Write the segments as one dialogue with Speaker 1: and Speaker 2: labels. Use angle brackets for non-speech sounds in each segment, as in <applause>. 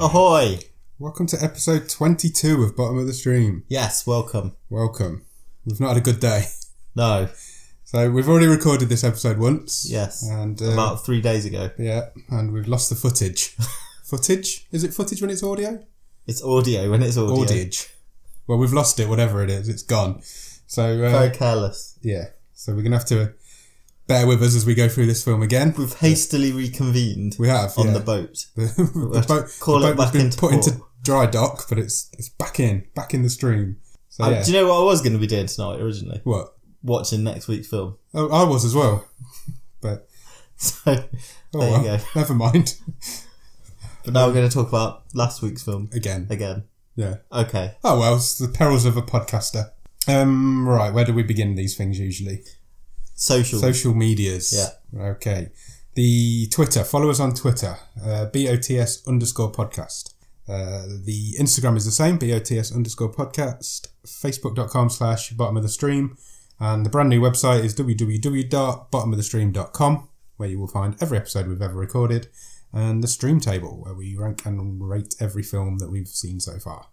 Speaker 1: Ahoy!
Speaker 2: Welcome to episode 22 of Bottom of the Stream.
Speaker 1: Yes, welcome.
Speaker 2: Welcome. We've not had a good day. <laughs>
Speaker 1: No,
Speaker 2: So we've already recorded this episode once.
Speaker 1: yes.
Speaker 2: And uh,
Speaker 1: About three days ago.
Speaker 2: yeah, and we've lost the
Speaker 1: <laughs>
Speaker 2: footage. footage? Is it footage when it's audio?
Speaker 1: It's audio when it's audio.
Speaker 2: Audiage. Well, we've lost it. Whatever it is, it's gone. So uh,
Speaker 1: Very careless.
Speaker 2: yeah, so we're gonna have to bear with us as we go through this film again.
Speaker 1: We've hastily reconvened
Speaker 2: We have
Speaker 1: on
Speaker 2: yeah.
Speaker 1: the boat.
Speaker 2: the, <laughs>
Speaker 1: <laughs>
Speaker 2: the
Speaker 1: have to
Speaker 2: boat.
Speaker 1: call
Speaker 2: the
Speaker 1: it
Speaker 2: boat has
Speaker 1: back
Speaker 2: been
Speaker 1: into
Speaker 2: put
Speaker 1: port.
Speaker 2: into dry dock, but it's it's back in, back in the stream. So
Speaker 1: I-
Speaker 2: Oh, yeah,
Speaker 1: do you know what I was going to be doing tonight originally?
Speaker 2: what?
Speaker 1: Watching next week's film. <laughs>
Speaker 2: Oh, I was as well. <laughs> But
Speaker 1: So there
Speaker 2: oh well,
Speaker 1: you go.
Speaker 2: <laughs> never
Speaker 1: <laughs>
Speaker 2: mind.
Speaker 1: But now we're going to talk about last week's film
Speaker 2: Again,
Speaker 1: again.
Speaker 2: yeah.
Speaker 1: Okay.
Speaker 2: Oh well, it's the perils of a podcaster. Um, right, where do we begin these things usually?
Speaker 1: Social.
Speaker 2: Social medias. Yeah. Okay. The Twitter. Follow us on Twitter. Uh, BOTS underscore podcast. Uh, the Instagram is the same. BOTS underscore podcast. Facebook.com slash bottom of the stream. And the brand new website is www.bottomofthestream.com where you will find every episode we've ever recorded and the stream table where we rank and rate every film that we've seen so far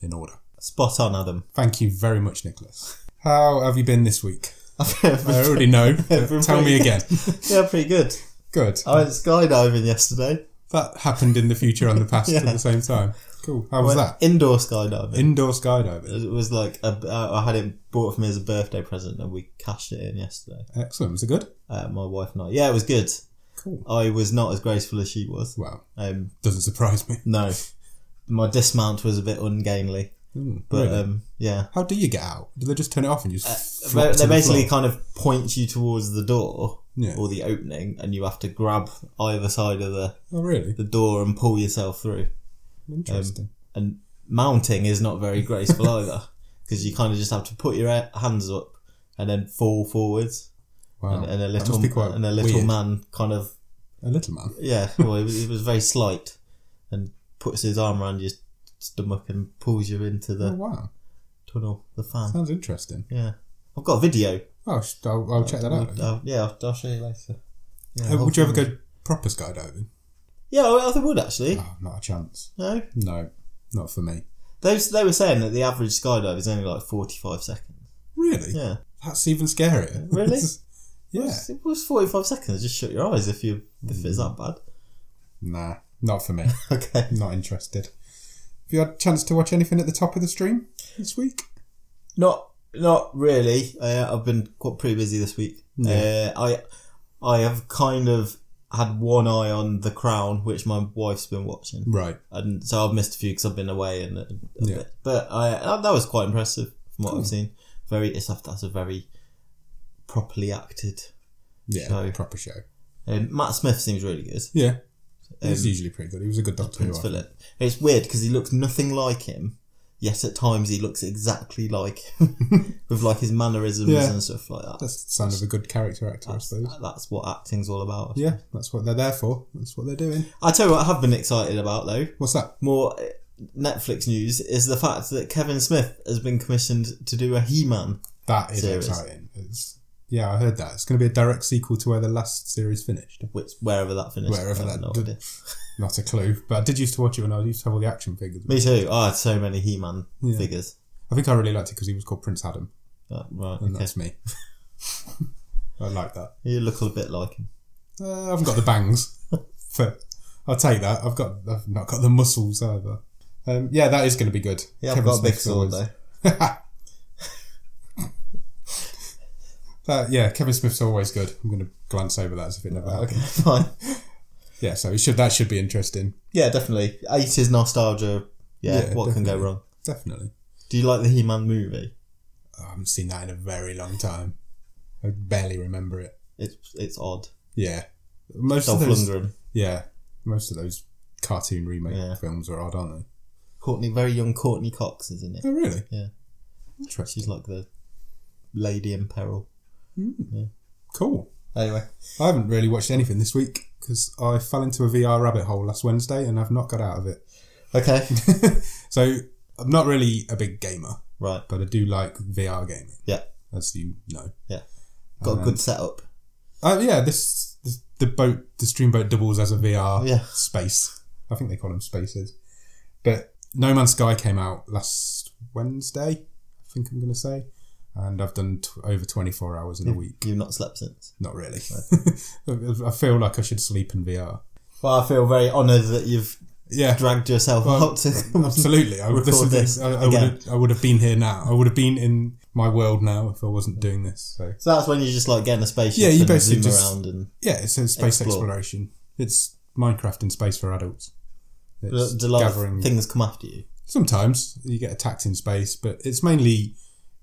Speaker 2: in order.
Speaker 1: Spot on, Adam. <laughs>
Speaker 2: Thank you very much, Nicholas. How have you been this week? <laughs> I
Speaker 1: <laughs> yeah,
Speaker 2: already know. but Tell me again.
Speaker 1: pretty good.
Speaker 2: Good.
Speaker 1: I went skydiving yesterday.
Speaker 2: Uh, That happened in the future and the past at the same time. Cool. How was
Speaker 1: Went
Speaker 2: that?
Speaker 1: Indoor skydiving.
Speaker 2: Indoor skydiving.
Speaker 1: It was like a, uh, I I had it bought for me as a birthday present, and we cashed it in yesterday.
Speaker 2: Excellent. Was it good?
Speaker 1: Uh, my wife and I. Yeah, it was good.
Speaker 2: Cool.
Speaker 1: I was not as graceful as she was.
Speaker 2: Well,
Speaker 1: Um,
Speaker 2: doesn't surprise me.
Speaker 1: no, my dismount was a bit ungainly,
Speaker 2: Hmm,
Speaker 1: but
Speaker 2: really?
Speaker 1: um, yeah,
Speaker 2: How do you get out? Do they just turn it off and you just flop
Speaker 1: they,
Speaker 2: to
Speaker 1: they
Speaker 2: the
Speaker 1: uh, basically
Speaker 2: floor?
Speaker 1: kind of point you towards the door
Speaker 2: Yeah.
Speaker 1: or the opening, and you have to grab either side of the
Speaker 2: Oh, really?
Speaker 1: the door and pull yourself through. Um,
Speaker 2: Interesting.
Speaker 1: And mounting is not very
Speaker 2: <laughs>
Speaker 1: graceful either, because you kind of just have to put your he- hands up and then fall forwards.
Speaker 2: wow.
Speaker 1: and, uh, and a
Speaker 2: That
Speaker 1: little
Speaker 2: must be quite
Speaker 1: and a little
Speaker 2: weird.
Speaker 1: man kind of
Speaker 2: A little man. <laughs>
Speaker 1: yeah well he was, he was very slight and puts his arm around your stomach and pulls you into
Speaker 2: Oh,
Speaker 1: the
Speaker 2: wow.
Speaker 1: tunnel the fan
Speaker 2: Sounds interesting.
Speaker 1: yeah I've got a video
Speaker 2: Oh, sh- I'll, I'll check that out.
Speaker 1: I'll- yeah I'll, I'll show you later yeah,
Speaker 2: Uh,
Speaker 1: I'll-
Speaker 2: would you ever go proper skydiving?
Speaker 1: yeah I, I would actually
Speaker 2: Oh, not a chance.
Speaker 1: no
Speaker 2: No, not for me.
Speaker 1: they, was- they were saying that the average skydive is only like 45 seconds
Speaker 2: Really? <laughs>
Speaker 1: yeah
Speaker 2: That's even scarier.
Speaker 1: Really?
Speaker 2: yeah. Mm.
Speaker 1: it was 45 seconds just shut your eyes if you if it's that bad <laughs>
Speaker 2: Nah, not for me.
Speaker 1: okay
Speaker 2: not interested. Have you had a chance to watch anything at the top of the stream this week?
Speaker 1: Not not really. Uh, I've been quite pretty busy this week. Uh, I I have kind of had one eye on The Crown, which my wife's been watching,
Speaker 2: Right.
Speaker 1: and so I've missed a few because I've been away and a, a
Speaker 2: Yeah.
Speaker 1: bit. But I uh, that was quite impressive from what I've seen. Very, it's that's a very properly acted.
Speaker 2: Yeah.
Speaker 1: Show.
Speaker 2: Proper show.
Speaker 1: Um, Matt Smith seems really good.
Speaker 2: Yeah. Um, He's usually pretty good. He was a good doctor.
Speaker 1: Prince
Speaker 2: Who, I think.
Speaker 1: Philip. It's weird because he looks nothing like him. Yet at times he looks exactly like him, <laughs> with like his mannerisms
Speaker 2: Yeah.
Speaker 1: and stuff like that.
Speaker 2: That's the sound of a good character actor, I suppose.
Speaker 1: That- That's what acting's all about.
Speaker 2: Yeah, that's what they're there for. That's what they're doing.
Speaker 1: I tell you what, I have been excited about though.
Speaker 2: What's that?
Speaker 1: More uh, Netflix news is the fact that Kevin Smith has been commissioned to do a He-Man.
Speaker 2: That is
Speaker 1: Series.
Speaker 2: exciting. It's, yeah, I heard that. It's going to be a direct sequel to where the last series finished.
Speaker 1: Which wherever that finished,
Speaker 2: Wherever
Speaker 1: I have
Speaker 2: that
Speaker 1: no
Speaker 2: did.
Speaker 1: idea.
Speaker 2: Not a clue, but I did used to watch it when I used to have all the action figures.
Speaker 1: Me too. I had so many He-Man
Speaker 2: Yeah.
Speaker 1: figures.
Speaker 2: I think I really liked it because he was called Prince Adam,
Speaker 1: Uh, right,
Speaker 2: and
Speaker 1: okay.
Speaker 2: that's me. <laughs> I like that.
Speaker 1: You look a bit like him.
Speaker 2: Uh, I haven't got the bangs, <laughs> but I'll take that. I've got I've not got the muscles either. Um, yeah, that is going to be good.
Speaker 1: Yeah, I've
Speaker 2: Kevin
Speaker 1: got a big
Speaker 2: Smith's
Speaker 1: sword
Speaker 2: always-
Speaker 1: <laughs> though.
Speaker 2: That- yeah, Kevin Smith's always good. I'm going to glance over that as if it never happened.
Speaker 1: Oh, Okay, fine.
Speaker 2: Yeah, so it should that should be interesting,
Speaker 1: Yeah, definitely. Eighties nostalgia. Yeah,
Speaker 2: Yeah,
Speaker 1: what can go wrong?
Speaker 2: definitely.
Speaker 1: Do you like the He-Man movie?
Speaker 2: I haven't seen that in a very long time. I barely remember it.
Speaker 1: It's it's odd.
Speaker 2: Yeah, most
Speaker 1: Dolph
Speaker 2: of those.
Speaker 1: Lundgren,
Speaker 2: Yeah, most of those cartoon remake
Speaker 1: Yeah.
Speaker 2: films are odd, aren't
Speaker 1: Courtney, very young Courtney Cox, isn't it?
Speaker 2: they? Oh, really?
Speaker 1: Yeah.
Speaker 2: Interesting.
Speaker 1: She's like the lady in peril.
Speaker 2: Cool.
Speaker 1: Anyway,
Speaker 2: I haven't really watched anything this week because I fell into a VR rabbit hole last Wednesday and I've not got out of it.
Speaker 1: okay, <laughs>
Speaker 2: so I'm not really a big gamer,
Speaker 1: right,
Speaker 2: but I do like VR gaming,
Speaker 1: yeah,
Speaker 2: as you know. Um,
Speaker 1: got a good setup.
Speaker 2: Uh, yeah, this, this the boat, the stream boat doubles as a VR
Speaker 1: Yeah.
Speaker 2: space. I think they call them spaces. But No Man's Sky came out last Wednesday, I think I'm going to say. And I've done t- over 24 hours in a week.
Speaker 1: You've not slept since.
Speaker 2: Not really. <laughs> I feel like I should sleep in VR.
Speaker 1: Well, I feel very honoured that you've
Speaker 2: Yeah,
Speaker 1: dragged yourself
Speaker 2: Well,
Speaker 1: out to come and
Speaker 2: absolutely. I, would- this
Speaker 1: Record
Speaker 2: is,
Speaker 1: this
Speaker 2: I, I, would
Speaker 1: again.
Speaker 2: have, I would have been here now. I would have been in my world now if I wasn't doing this. So
Speaker 1: <laughs> So that's when you just like get in a spaceship
Speaker 2: Yeah, you
Speaker 1: and
Speaker 2: basically
Speaker 1: zoom
Speaker 2: just-
Speaker 1: around and
Speaker 2: yeah, it's a space
Speaker 1: Explore.
Speaker 2: exploration. It's Minecraft in space for adults. It's
Speaker 1: do like
Speaker 2: gathering
Speaker 1: things come after you.
Speaker 2: Sometimes you get attacked in space, but it's mainly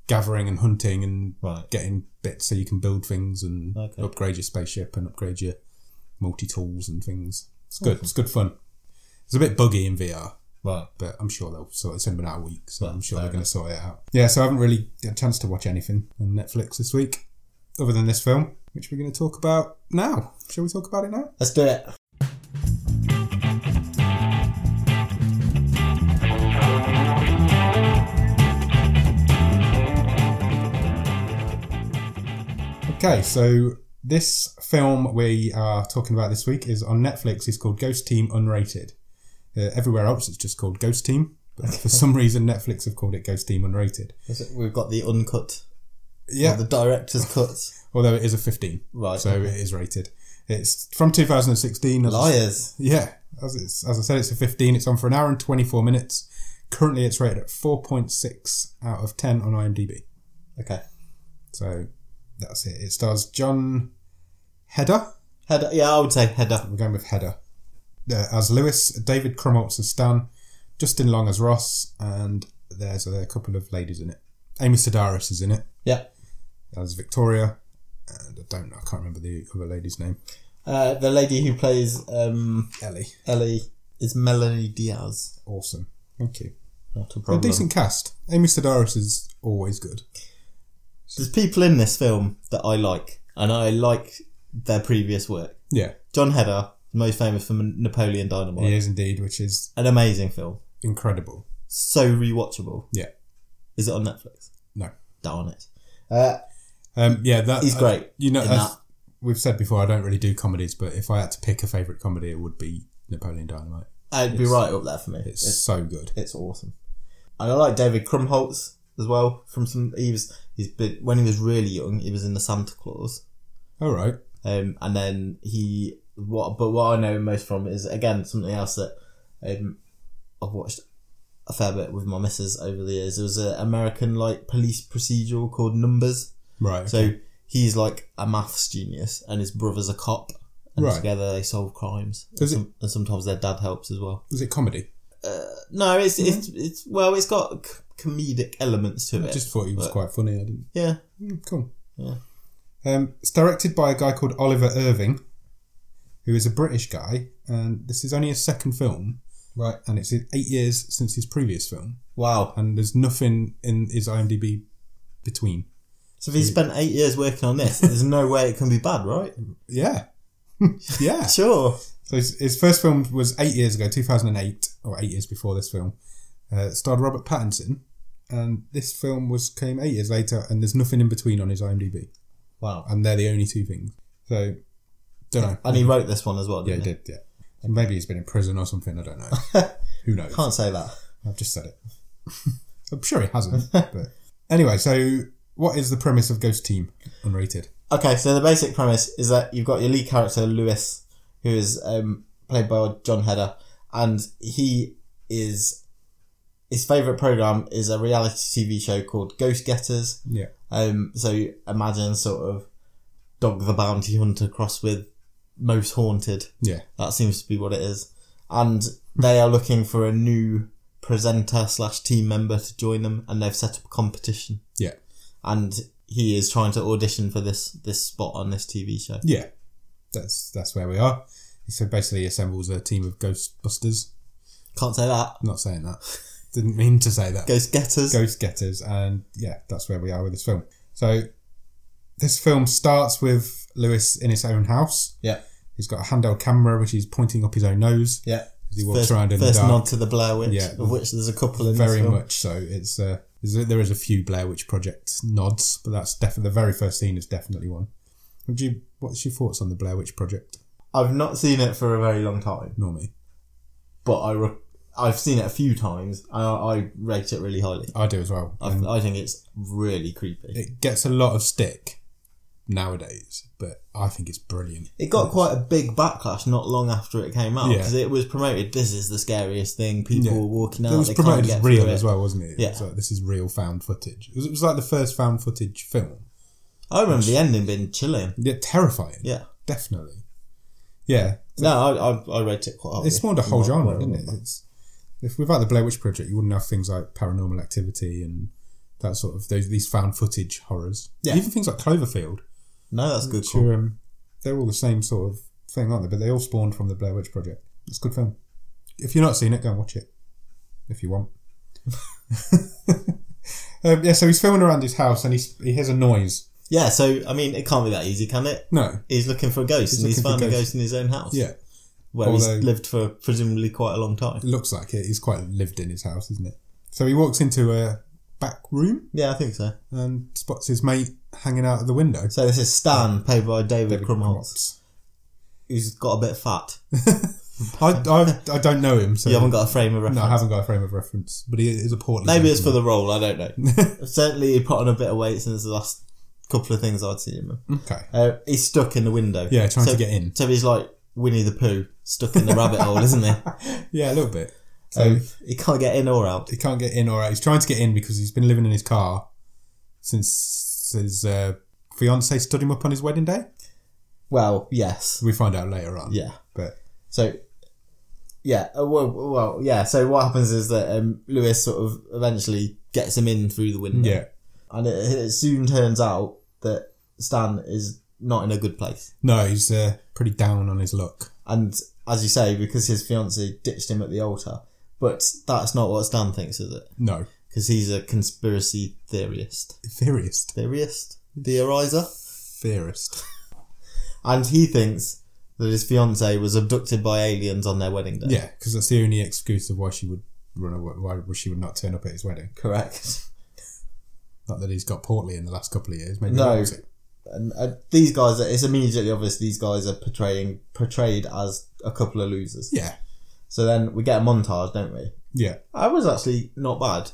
Speaker 2: gathering and hunting and
Speaker 1: Right.
Speaker 2: getting bits so you can build things and
Speaker 1: Okay.
Speaker 2: upgrade your spaceship and upgrade your multi tools and things. It's good. It's good fun. It's a bit buggy in VR,
Speaker 1: Right.
Speaker 2: but I'm sure they'll sort. It's only been out a week, so I'm sure
Speaker 1: fair
Speaker 2: they're going to sort it out. Yeah, so I haven't really had a chance to watch anything on Netflix this week, other than this film, which we're going to talk about now. Shall we talk about it now?
Speaker 1: Let's do it.
Speaker 2: Okay, so this film we are talking about this week is on Netflix. It's called Ghost Team Unrated. Uh, everywhere else, it's just called Ghost Team. But for some <laughs> reason, Netflix have called it Ghost Team Unrated.
Speaker 1: Is it- We've got the uncut,
Speaker 2: Yeah,
Speaker 1: or the director's cut.
Speaker 2: although it is a 15,
Speaker 1: Right.
Speaker 2: so it is rated. It's from 2016. As-
Speaker 1: Liars.
Speaker 2: Yeah, as, it's, as I said, it's a 15. It's on for an hour and 24 minutes. Currently, it's rated at 4.6 out of 10 on IMDb.
Speaker 1: Okay.
Speaker 2: So that's it. It stars John Hedder.
Speaker 1: Header. Yeah, I would say header.
Speaker 2: We're going with Header. Uh, as Lewis, David Crumholtz as Stan, Justin Long as Ross, and there's a couple of ladies in it. Amy Sedaris is in it
Speaker 1: Yeah.
Speaker 2: as Victoria, and I don't know, I can't remember the other lady's name.
Speaker 1: Uh, the lady who plays um,
Speaker 2: Ellie.
Speaker 1: Ellie is Melanie Diaz.
Speaker 2: Awesome. Thank you.
Speaker 1: Not a
Speaker 2: A
Speaker 1: problem.
Speaker 2: decent cast. Amy Sedaris is always good.
Speaker 1: There's people in this film that I like, and I like their previous work.
Speaker 2: Yeah,
Speaker 1: John Header, most famous for Napoleon Dynamite,
Speaker 2: he is indeed, which is
Speaker 1: an amazing film,
Speaker 2: incredible.
Speaker 1: so rewatchable.
Speaker 2: Yeah.
Speaker 1: Is it on Netflix?
Speaker 2: No.
Speaker 1: Darn it. Uh,
Speaker 2: Um, yeah, that
Speaker 1: He's
Speaker 2: I-
Speaker 1: great
Speaker 2: you know,
Speaker 1: in
Speaker 2: as
Speaker 1: that.
Speaker 2: we've said before, I don't really do comedies, but if I had to pick a favourite comedy, it would be Napoleon Dynamite.
Speaker 1: Uh, it'd be right up there for me.
Speaker 2: It's
Speaker 1: It's
Speaker 2: so good.
Speaker 1: it's awesome. And I like David Krumholtz as well. From some, he was he's been when he was really young. He was in the Santa Claus,
Speaker 2: All right.
Speaker 1: um, and then he what. But what I know him most from is again something else that um, I've watched a fair bit with my missus over the years. There was an American like police procedural called Numbers.
Speaker 2: Right.
Speaker 1: So he's like a maths genius, and his brother's a cop, and
Speaker 2: Right.
Speaker 1: together they solve crimes. And,
Speaker 2: Does it-
Speaker 1: some- and sometimes their dad helps as well.
Speaker 2: Was it comedy?
Speaker 1: No, it's it's it's well, it's got c- comedic elements to
Speaker 2: I
Speaker 1: it.
Speaker 2: just thought he was
Speaker 1: But-
Speaker 2: quite funny. I didn't.
Speaker 1: yeah,
Speaker 2: Mm, cool.
Speaker 1: Yeah.
Speaker 2: Um, it's directed by a guy called Oliver Irving, who is a British guy, and this is only his second film,
Speaker 1: right.
Speaker 2: and it's eight years since his previous film,
Speaker 1: Wow.
Speaker 2: and there's nothing in his IMDb between.
Speaker 1: So if he spent eight years working on this, there's no way it can be
Speaker 2: <laughs>
Speaker 1: bad, right?
Speaker 2: Yeah. yeah.
Speaker 1: Sure.
Speaker 2: So his, his first film was eight years ago, 2008, or eight years before this film. Uh, it starred Robert Pattinson, and this film was came eight years later, and there's nothing in between on his IMDb,
Speaker 1: Wow.
Speaker 2: and they're the only two things. So, don't know.
Speaker 1: And he wrote this one as well.
Speaker 2: Yeah,
Speaker 1: Didn't
Speaker 2: he
Speaker 1: he?
Speaker 2: did. Yeah, and maybe he's been in prison or something. I don't know. Who knows?
Speaker 1: Can't say that.
Speaker 2: I've just said it. <laughs> I'm sure he hasn't. But anyway, so what is the premise of Ghost Team Unrated?
Speaker 1: Okay, so the basic premise is that you've got your lead character Lewis, who is um, played by John Hedder, and he is his favorite program is a reality TV show called Ghost Getters.
Speaker 2: Yeah,
Speaker 1: Um, so imagine sort of Dog the Bounty Hunter crossed with Most Haunted.
Speaker 2: yeah,
Speaker 1: That seems to be what it is. And they are looking for a new presenter slash team member to join them, and they've set up a competition.
Speaker 2: yeah,
Speaker 1: And he is trying to audition for this this spot on this TV show.
Speaker 2: yeah. That's that's where we are. So basically, he assembles a team of Ghostbusters.
Speaker 1: Can't say that.
Speaker 2: I'm not saying that. <laughs> Didn't mean to say that.
Speaker 1: Ghost Getters.
Speaker 2: Ghost Getters, and yeah, that's where we are with this film. So this film starts with Lewis in his own house.
Speaker 1: Yeah.
Speaker 2: He's got a handheld camera which he's pointing up his own nose.
Speaker 1: Yeah.
Speaker 2: as he walks
Speaker 1: First,
Speaker 2: around in the
Speaker 1: first
Speaker 2: dark.
Speaker 1: nod to the Blair Witch,
Speaker 2: Yeah.
Speaker 1: of which there's a couple in this
Speaker 2: very
Speaker 1: film.
Speaker 2: much so. It's uh, is that there is a few Blair Witch Project nods, but that's definitely the very first scene is definitely one. Would you? What's your thoughts on the Blair Witch Project,
Speaker 1: I've not seen it for a very long time,
Speaker 2: Normie?
Speaker 1: but I re- I've seen it a few times. I, I rate it really highly.
Speaker 2: I do as well.
Speaker 1: I,
Speaker 2: And
Speaker 1: I think it's really creepy. It,
Speaker 2: Um, it gets a lot of stick nowadays, but I think it's brilliant.
Speaker 1: got quite a big backlash not long after it came out
Speaker 2: Yeah.
Speaker 1: because it was promoted. This is the scariest thing. People
Speaker 2: Yeah.
Speaker 1: were walking out.
Speaker 2: It was
Speaker 1: they
Speaker 2: promoted
Speaker 1: can't
Speaker 2: as
Speaker 1: get
Speaker 2: real
Speaker 1: through
Speaker 2: as
Speaker 1: it.
Speaker 2: well, wasn't it?
Speaker 1: Yeah.
Speaker 2: It's like, this is real found footage. It was, it was like the first found footage film.
Speaker 1: I remember the ending being chilling.
Speaker 2: Yeah, terrifying.
Speaker 1: Yeah.
Speaker 2: Definitely. Yeah.
Speaker 1: No, I I, I rate it quite highly.
Speaker 2: It's formed a whole
Speaker 1: Not-
Speaker 2: genre,
Speaker 1: not-
Speaker 2: didn't it? It's, if without the Blair Witch Project, you wouldn't have things like paranormal activity and that sort of those these found footage horrors.
Speaker 1: Yeah.
Speaker 2: Even things like Cloverfield.
Speaker 1: No, that's a good.
Speaker 2: which
Speaker 1: Call.
Speaker 2: are, um, they're all the same sort of thing, aren't they? But they all spawned from the Blair Witch Project. It's a good film. If you're not seen it, go and watch it if you want. <laughs> um, yeah, so he's filming around his house and he's, he hears a noise.
Speaker 1: Yeah, so I mean, it can't be that easy, can it?
Speaker 2: No,
Speaker 1: He's looking for a ghost,
Speaker 2: He's
Speaker 1: and he's
Speaker 2: looking for
Speaker 1: found a
Speaker 2: ghosts.
Speaker 1: ghost in his own house.
Speaker 2: yeah, oh,
Speaker 1: where he's
Speaker 2: although-
Speaker 1: lived for presumably quite a long time.
Speaker 2: it looks like it. He's quite lived in his house, isn't it? So he walks into a back room
Speaker 1: Yeah, I think so.
Speaker 2: and spots his mate hanging out of the window.
Speaker 1: So this is Stan, played by David Crumholtz,
Speaker 2: Props.
Speaker 1: who's got a
Speaker 2: <laughs>
Speaker 1: bit fat.
Speaker 2: I, I, I don't know him, so
Speaker 1: You haven't got a frame of reference.
Speaker 2: no, I haven't got a frame of reference. But he is a portly.
Speaker 1: Maybe it's for
Speaker 2: gentleman.
Speaker 1: the role. I don't
Speaker 2: <laughs>
Speaker 1: know. Certainly, he put on a bit of weight since the last couple of things I'd seen him. in.
Speaker 2: okay.
Speaker 1: Uh, he's stuck in the window.
Speaker 2: Yeah, trying
Speaker 1: So-
Speaker 2: to get in.
Speaker 1: So he's like Winnie the Pooh, stuck in the rabbit hole, isn't
Speaker 2: <laughs>
Speaker 1: he?
Speaker 2: Yeah, a little bit. So
Speaker 1: So he can't get in or out.
Speaker 2: he can't get in or out. He's trying to get in because he's been living in his car since his uh, fiance stood him up on his wedding day.
Speaker 1: Well, yes,
Speaker 2: We find out later on.
Speaker 1: yeah.
Speaker 2: but
Speaker 1: So, yeah, uh, well, well, yeah. So what happens is that um, Lewis sort of eventually gets him in through the window,
Speaker 2: yeah,
Speaker 1: and it, it soon turns out that Stan is not in a good place.
Speaker 2: no, he's uh, pretty down on his luck.
Speaker 1: And as you say, because his fiancee ditched him at the altar, but that's not what Stan thinks, is it?
Speaker 2: No,
Speaker 1: Because he's a conspiracy theorist,
Speaker 2: theorist,
Speaker 1: theorist, theorizer,
Speaker 2: theorist.
Speaker 1: and he thinks that his fiancee was abducted by aliens on their wedding day.
Speaker 2: Yeah, because that's the only excuse of why she would run away. Why she would not turn up at his wedding.
Speaker 1: correct.
Speaker 2: Not that he's got portly in the last couple of years. Maybe
Speaker 1: No.
Speaker 2: that was it.
Speaker 1: and uh, these guys it's immediately obvious these guys are portraying portrayed as a couple of losers
Speaker 2: Yeah,
Speaker 1: so then we get a montage don't we
Speaker 2: yeah.
Speaker 1: that was actually not bad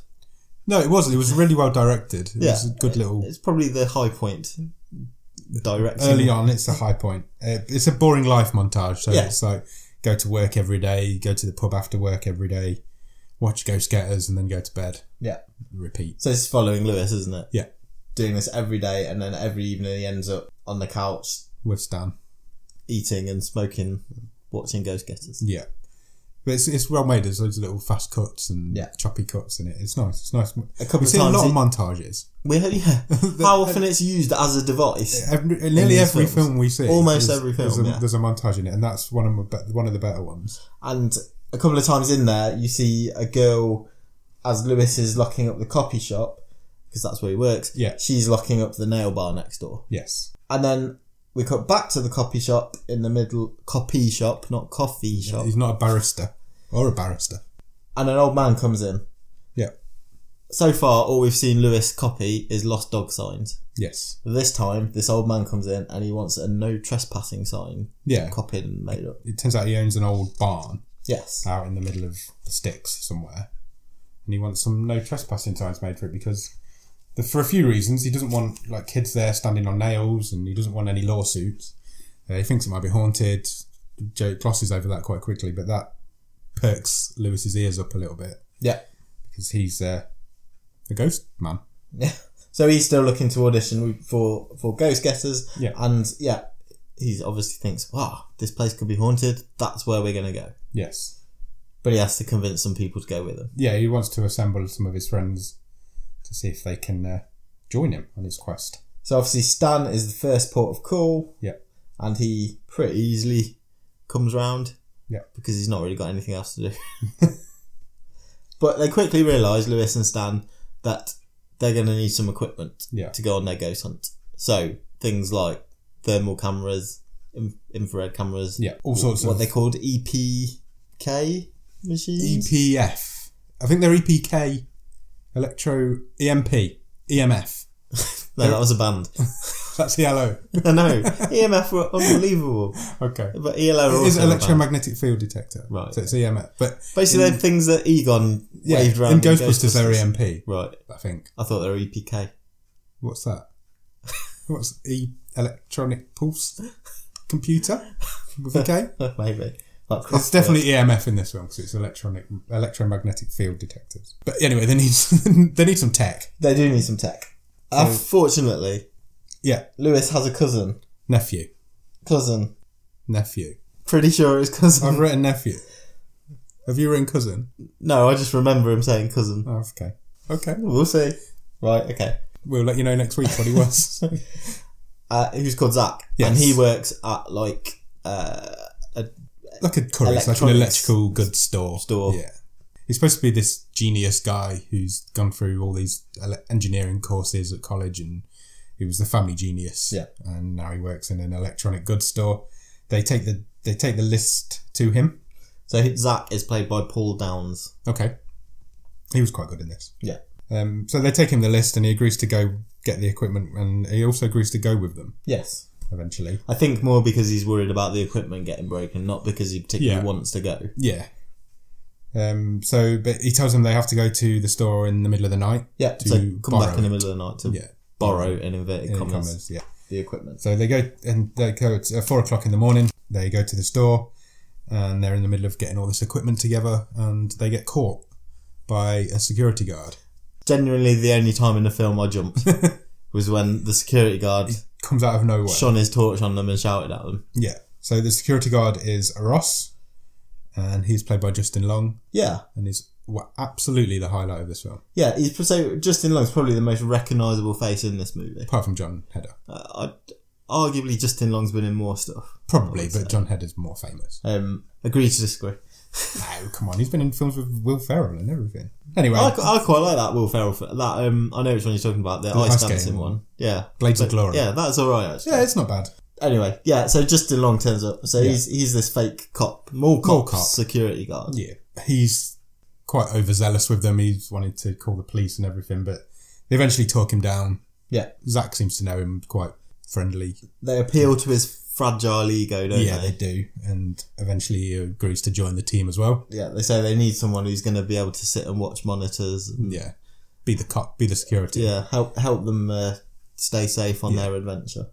Speaker 2: No, it wasn't. It was really well directed. It
Speaker 1: Yeah.
Speaker 2: was a good little
Speaker 1: it's probably the high point direction
Speaker 2: early on it's a high point uh, it's a boring life montage so
Speaker 1: Yeah.
Speaker 2: it's like go to work every day go to the pub after work every day watch ghost getters and then go to bed
Speaker 1: yeah
Speaker 2: repeat
Speaker 1: so it's following lewis isn't it
Speaker 2: Yeah.
Speaker 1: doing this every day and then every evening he ends up on the couch
Speaker 2: with stan
Speaker 1: eating and smoking watching
Speaker 2: <laughs>
Speaker 1: ghost getters
Speaker 2: yeah but it's, it's well made there's loads of little fast cuts and
Speaker 1: Yeah.
Speaker 2: choppy cuts in it it's nice it's nice a
Speaker 1: couple
Speaker 2: we
Speaker 1: of
Speaker 2: see a lot
Speaker 1: times
Speaker 2: of
Speaker 1: it-
Speaker 2: montages
Speaker 1: we yeah how often it's used as a device
Speaker 2: every,
Speaker 1: In
Speaker 2: nearly
Speaker 1: these
Speaker 2: every
Speaker 1: films.
Speaker 2: film we see
Speaker 1: Almost
Speaker 2: there's-
Speaker 1: every
Speaker 2: there's a,
Speaker 1: film, yeah.
Speaker 2: there's a montage in it and that's one of, my, be- one of the better ones
Speaker 1: and a couple of times in there you see a girl as Lewis is locking up the copy shop because that's where he works
Speaker 2: Yeah.
Speaker 1: she's locking up the nail bar next door
Speaker 2: yes
Speaker 1: and then we cut back to the copy shop in the middle copy shop not coffee shop
Speaker 2: he's not a barrister or a barrister
Speaker 1: and an old man comes in
Speaker 2: yeah
Speaker 1: so far all we've seen Lewis copy is lost dog signs
Speaker 2: yes
Speaker 1: this time this old man comes in and he wants a no trespassing sign
Speaker 2: yeah
Speaker 1: copied and made up
Speaker 2: it turns out he owns an old barn
Speaker 1: yes
Speaker 2: out in the middle of the sticks somewhere, and he wants some no trespassing signs made for it because, the, for a few reasons, he doesn't want like kids there standing on nails, and he doesn't want any lawsuits. Uh, he thinks it might be haunted. Joe glosses over that quite quickly, but that perks Lewis's ears up a little bit
Speaker 1: yeah
Speaker 2: because he's uh, a ghost man.
Speaker 1: Yeah. <laughs> So he's still looking to audition for for Ghost Getters.
Speaker 2: Yeah.
Speaker 1: And yeah, he obviously thinks, wow, this place could be haunted. That's where we're gonna go.
Speaker 2: Yes,
Speaker 1: But he has to convince some people to go with him.
Speaker 2: yeah, he wants to assemble some of his friends to see if they can uh, join him on his quest.
Speaker 1: So obviously Stan is the first port of call.
Speaker 2: Yeah.
Speaker 1: And he pretty easily comes round.
Speaker 2: Yeah.
Speaker 1: Because he's not really got anything else to do. <laughs> but they quickly realise Lewis and Stan that they're gonna need some equipment
Speaker 2: Yeah.
Speaker 1: to go on their ghost hunt. So things like thermal cameras, in- infrared cameras,
Speaker 2: Yeah, all sorts
Speaker 1: what
Speaker 2: of
Speaker 1: they called EPK machines.
Speaker 2: EPF. E I think they're E EPK, E electro EMP, EMF.
Speaker 1: No, that was a band. <laughs>
Speaker 2: That's yellow.
Speaker 1: I know. EMF were unbelievable.
Speaker 2: <laughs> Okay.
Speaker 1: But ELO were
Speaker 2: It is
Speaker 1: also bad.
Speaker 2: electromagnetic field detector.
Speaker 1: Right.
Speaker 2: So it's EMF. But
Speaker 1: Basically, they're things that Egon
Speaker 2: Mm. yeah,
Speaker 1: waved around.
Speaker 2: in Ghostbusters, um, they're EMP,
Speaker 1: Right.
Speaker 2: I think.
Speaker 1: I thought they were E EPK.
Speaker 2: What's that? What's E electronic pulse computer with a
Speaker 1: <laughs>
Speaker 2: K?
Speaker 1: <laughs> Maybe. Like
Speaker 2: It's
Speaker 1: crosswords.
Speaker 2: definitely EMF in this one because it's electronic electromagnetic field detectors. But anyway, they need they need <laughs> some tech.
Speaker 1: They do need some tech. Unfortunately,
Speaker 2: Yeah,
Speaker 1: Lewis has a cousin.
Speaker 2: nephew,
Speaker 1: Cousin.
Speaker 2: nephew.
Speaker 1: Pretty sure it's cousin.
Speaker 2: I've written nephew. Have you written cousin?
Speaker 1: No, I just remember him saying cousin.
Speaker 2: Oh, okay, okay.
Speaker 1: We'll see. Right, okay.
Speaker 2: We'll let you know next week what he
Speaker 1: <laughs>
Speaker 2: was.
Speaker 1: Uh, who's called Zach.
Speaker 2: Yes.
Speaker 1: And he works at, like, uh, a,
Speaker 2: like a courier, it's like an
Speaker 1: Electronics
Speaker 2: electrical goods store.
Speaker 1: Store.
Speaker 2: Yeah. He's supposed to be this genius guy who's gone through all these ele- engineering courses at college and he was the family genius.
Speaker 1: Yeah.
Speaker 2: And now he works in an electronic goods store. They take the they take the list to him.
Speaker 1: so he- Zach is played by Paul Downs.
Speaker 2: Okay. He was quite good in this.
Speaker 1: Yeah.
Speaker 2: Um, so they take him the list and he agrees to go get the equipment and he also agrees to go with them
Speaker 1: Yes.
Speaker 2: eventually.
Speaker 1: I think more because he's worried about the equipment getting broken, not because he particularly
Speaker 2: Yeah.
Speaker 1: wants to go.
Speaker 2: Yeah. Um, so but he tells them they have to go to the store in the middle of the night.
Speaker 1: Yeah,
Speaker 2: To
Speaker 1: to come back
Speaker 2: borrow
Speaker 1: in the
Speaker 2: it.
Speaker 1: middle of the night to
Speaker 2: Yeah.
Speaker 1: borrow, in inverted
Speaker 2: In
Speaker 1: commas,
Speaker 2: commas, yeah.
Speaker 1: the equipment.
Speaker 2: So they go and they go at uh, four o'clock in the morning. They go to the store, and they're in the middle of getting all this equipment together, and they get caught by a security guard.
Speaker 1: Genuinely, the only time in the film I jumped <laughs> was when the security guard
Speaker 2: Comes out of nowhere.
Speaker 1: shone his torch on them and shouted at them.
Speaker 2: Yeah. So the security guard is Ross, and he's played by Justin Long,
Speaker 1: Yeah,
Speaker 2: and is wa- absolutely the highlight of this film,
Speaker 1: yeah. He's so Justin Long's probably the most recognisable face in this movie.
Speaker 2: apart from John Hedder.
Speaker 1: Uh, I'd, arguably, Justin Long's been in more stuff.
Speaker 2: Probably, but John Hedder's more famous.
Speaker 1: Um, agree to disagree.
Speaker 2: Oh, come on, he's been in films with Will Ferrell and everything. Anyway,
Speaker 1: I, I quite like that Will Ferrell. fi- That um, I know which one you're talking about. The, ice,
Speaker 2: ice
Speaker 1: dancing
Speaker 2: skating
Speaker 1: one. Yeah,
Speaker 2: Blades of
Speaker 1: But-
Speaker 2: Glory.
Speaker 1: Yeah, that's all right actually.
Speaker 2: yeah, it's not bad.
Speaker 1: Anyway, yeah, so Justin Long turns up. So he's he's this fake cop, mall cop,
Speaker 2: Mall cop.
Speaker 1: security guard.
Speaker 2: Yeah, he's quite overzealous with them. He's wanted to call the police and everything, but they eventually talk him down.
Speaker 1: Yeah.
Speaker 2: Zach seems to know him quite friendly.
Speaker 1: They appeal to his fragile ego, don't
Speaker 2: yeah,
Speaker 1: they?
Speaker 2: they do, and eventually he agrees to join the team as well.
Speaker 1: Yeah, they say they need someone who's going to be able to sit and watch monitors. and-
Speaker 2: Yeah, be the cop, be the security.
Speaker 1: Mm. Yeah, help help them uh, stay safe on their adventure.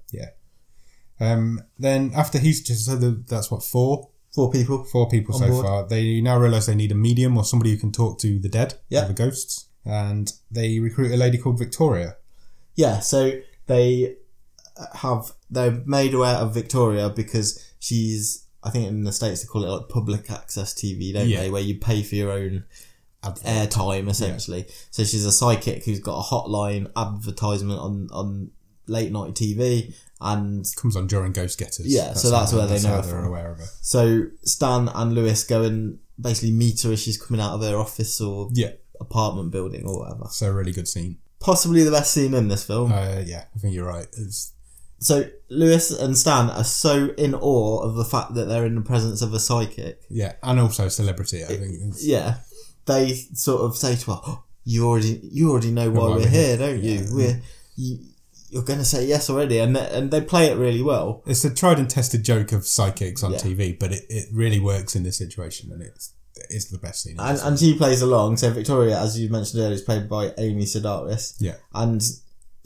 Speaker 2: Um, then after he's just so the, that's what four
Speaker 1: Four people.
Speaker 2: four people
Speaker 1: On
Speaker 2: so
Speaker 1: board.
Speaker 2: far. They now realise they need a medium or somebody who can talk to the dead,
Speaker 1: Yeah.
Speaker 2: or the ghosts, and they recruit a lady called Victoria.
Speaker 1: Yeah, so they have they're made aware of Victoria because she's I think in the states they call it like public access TV, don't
Speaker 2: Yeah.
Speaker 1: they? Where you pay for your own airtime essentially. So she's a psychic who's got a hotline advertisement on on late night TV, and
Speaker 2: Comes on during Ghost Getters.
Speaker 1: Yeah, so that's
Speaker 2: how-
Speaker 1: where they know
Speaker 2: how
Speaker 1: her
Speaker 2: they're
Speaker 1: from.
Speaker 2: aware of her.
Speaker 1: so Stan and Lewis go and basically meet her as she's coming out of her office or
Speaker 2: Yeah,
Speaker 1: apartment building or whatever.
Speaker 2: so really good scene.
Speaker 1: Possibly the best scene in this film.
Speaker 2: Uh, yeah, I think you're right. It's,
Speaker 1: So Lewis and Stan are so in awe of the fact that they're in the presence of a psychic.
Speaker 2: yeah, and also celebrity. I think it's,
Speaker 1: Yeah, they sort of say to her, "Oh, "You already, you already know why,
Speaker 2: why
Speaker 1: we're,
Speaker 2: we're
Speaker 1: here, don't you?
Speaker 2: Yeah.
Speaker 1: We're you, you're going to say yes already," and they, and they play it really well.
Speaker 2: it's a tried and tested joke of psychics on
Speaker 1: Yeah.
Speaker 2: TV, but it, it really works in this situation, and it's it's the best scene.
Speaker 1: And, and she plays along. So Victoria, as you mentioned earlier, is played by Amy Sedaris.
Speaker 2: Yeah.
Speaker 1: And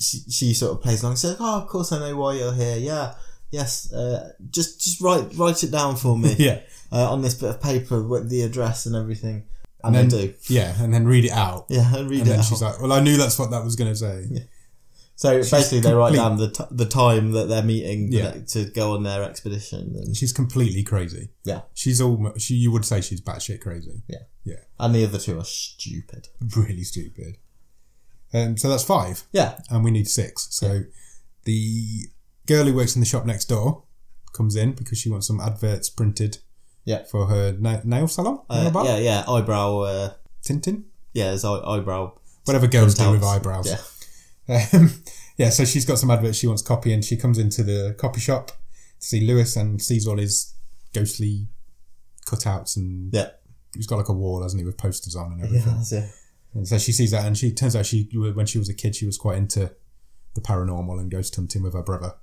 Speaker 1: she, she sort of plays along. She says, "Oh, of course I know why you're here. Yeah, yes. Uh, just just write write it down for me
Speaker 2: <laughs> yeah,
Speaker 1: uh, on this bit of paper with the address and everything." And,
Speaker 2: then
Speaker 1: they do.
Speaker 2: yeah, and then read it out,
Speaker 1: Yeah, <laughs> and read
Speaker 2: and
Speaker 1: it
Speaker 2: then
Speaker 1: out.
Speaker 2: she's like, "Well, I knew that's what that was going to say."
Speaker 1: so basically, they write
Speaker 2: complete-
Speaker 1: down the, t- the time that they're meeting the
Speaker 2: Yeah.
Speaker 1: ne- to go on their expedition. And,
Speaker 2: She's completely crazy.
Speaker 1: yeah.
Speaker 2: She's almost she. You would say she's batshit crazy.
Speaker 1: And the other two are stupid.
Speaker 2: Really stupid. Um, so that's five,
Speaker 1: Yeah.
Speaker 2: and we need six. So the girl who works in the shop next door comes in because she wants some adverts printed.
Speaker 1: Yeah.
Speaker 2: For her na- nail salon,
Speaker 1: Uh,
Speaker 2: about?
Speaker 1: yeah, yeah. Eyebrow. Uh,
Speaker 2: Tintin,
Speaker 1: yeah, it's eye- eyebrow.
Speaker 2: whatever girls do with
Speaker 1: Printouts.
Speaker 2: eyebrows. Um, <laughs> yeah, so she's got some adverts she wants copy, and she comes into the copy shop to see Lewis and sees all his ghostly cutouts, and
Speaker 1: Yeah.
Speaker 2: he's got like a wall, hasn't he, with posters on and
Speaker 1: Yeah.
Speaker 2: everything.
Speaker 1: that's it.
Speaker 2: And so she sees that, and she turns out she when she was a kid, she was quite into the paranormal and goes hunting with her brother.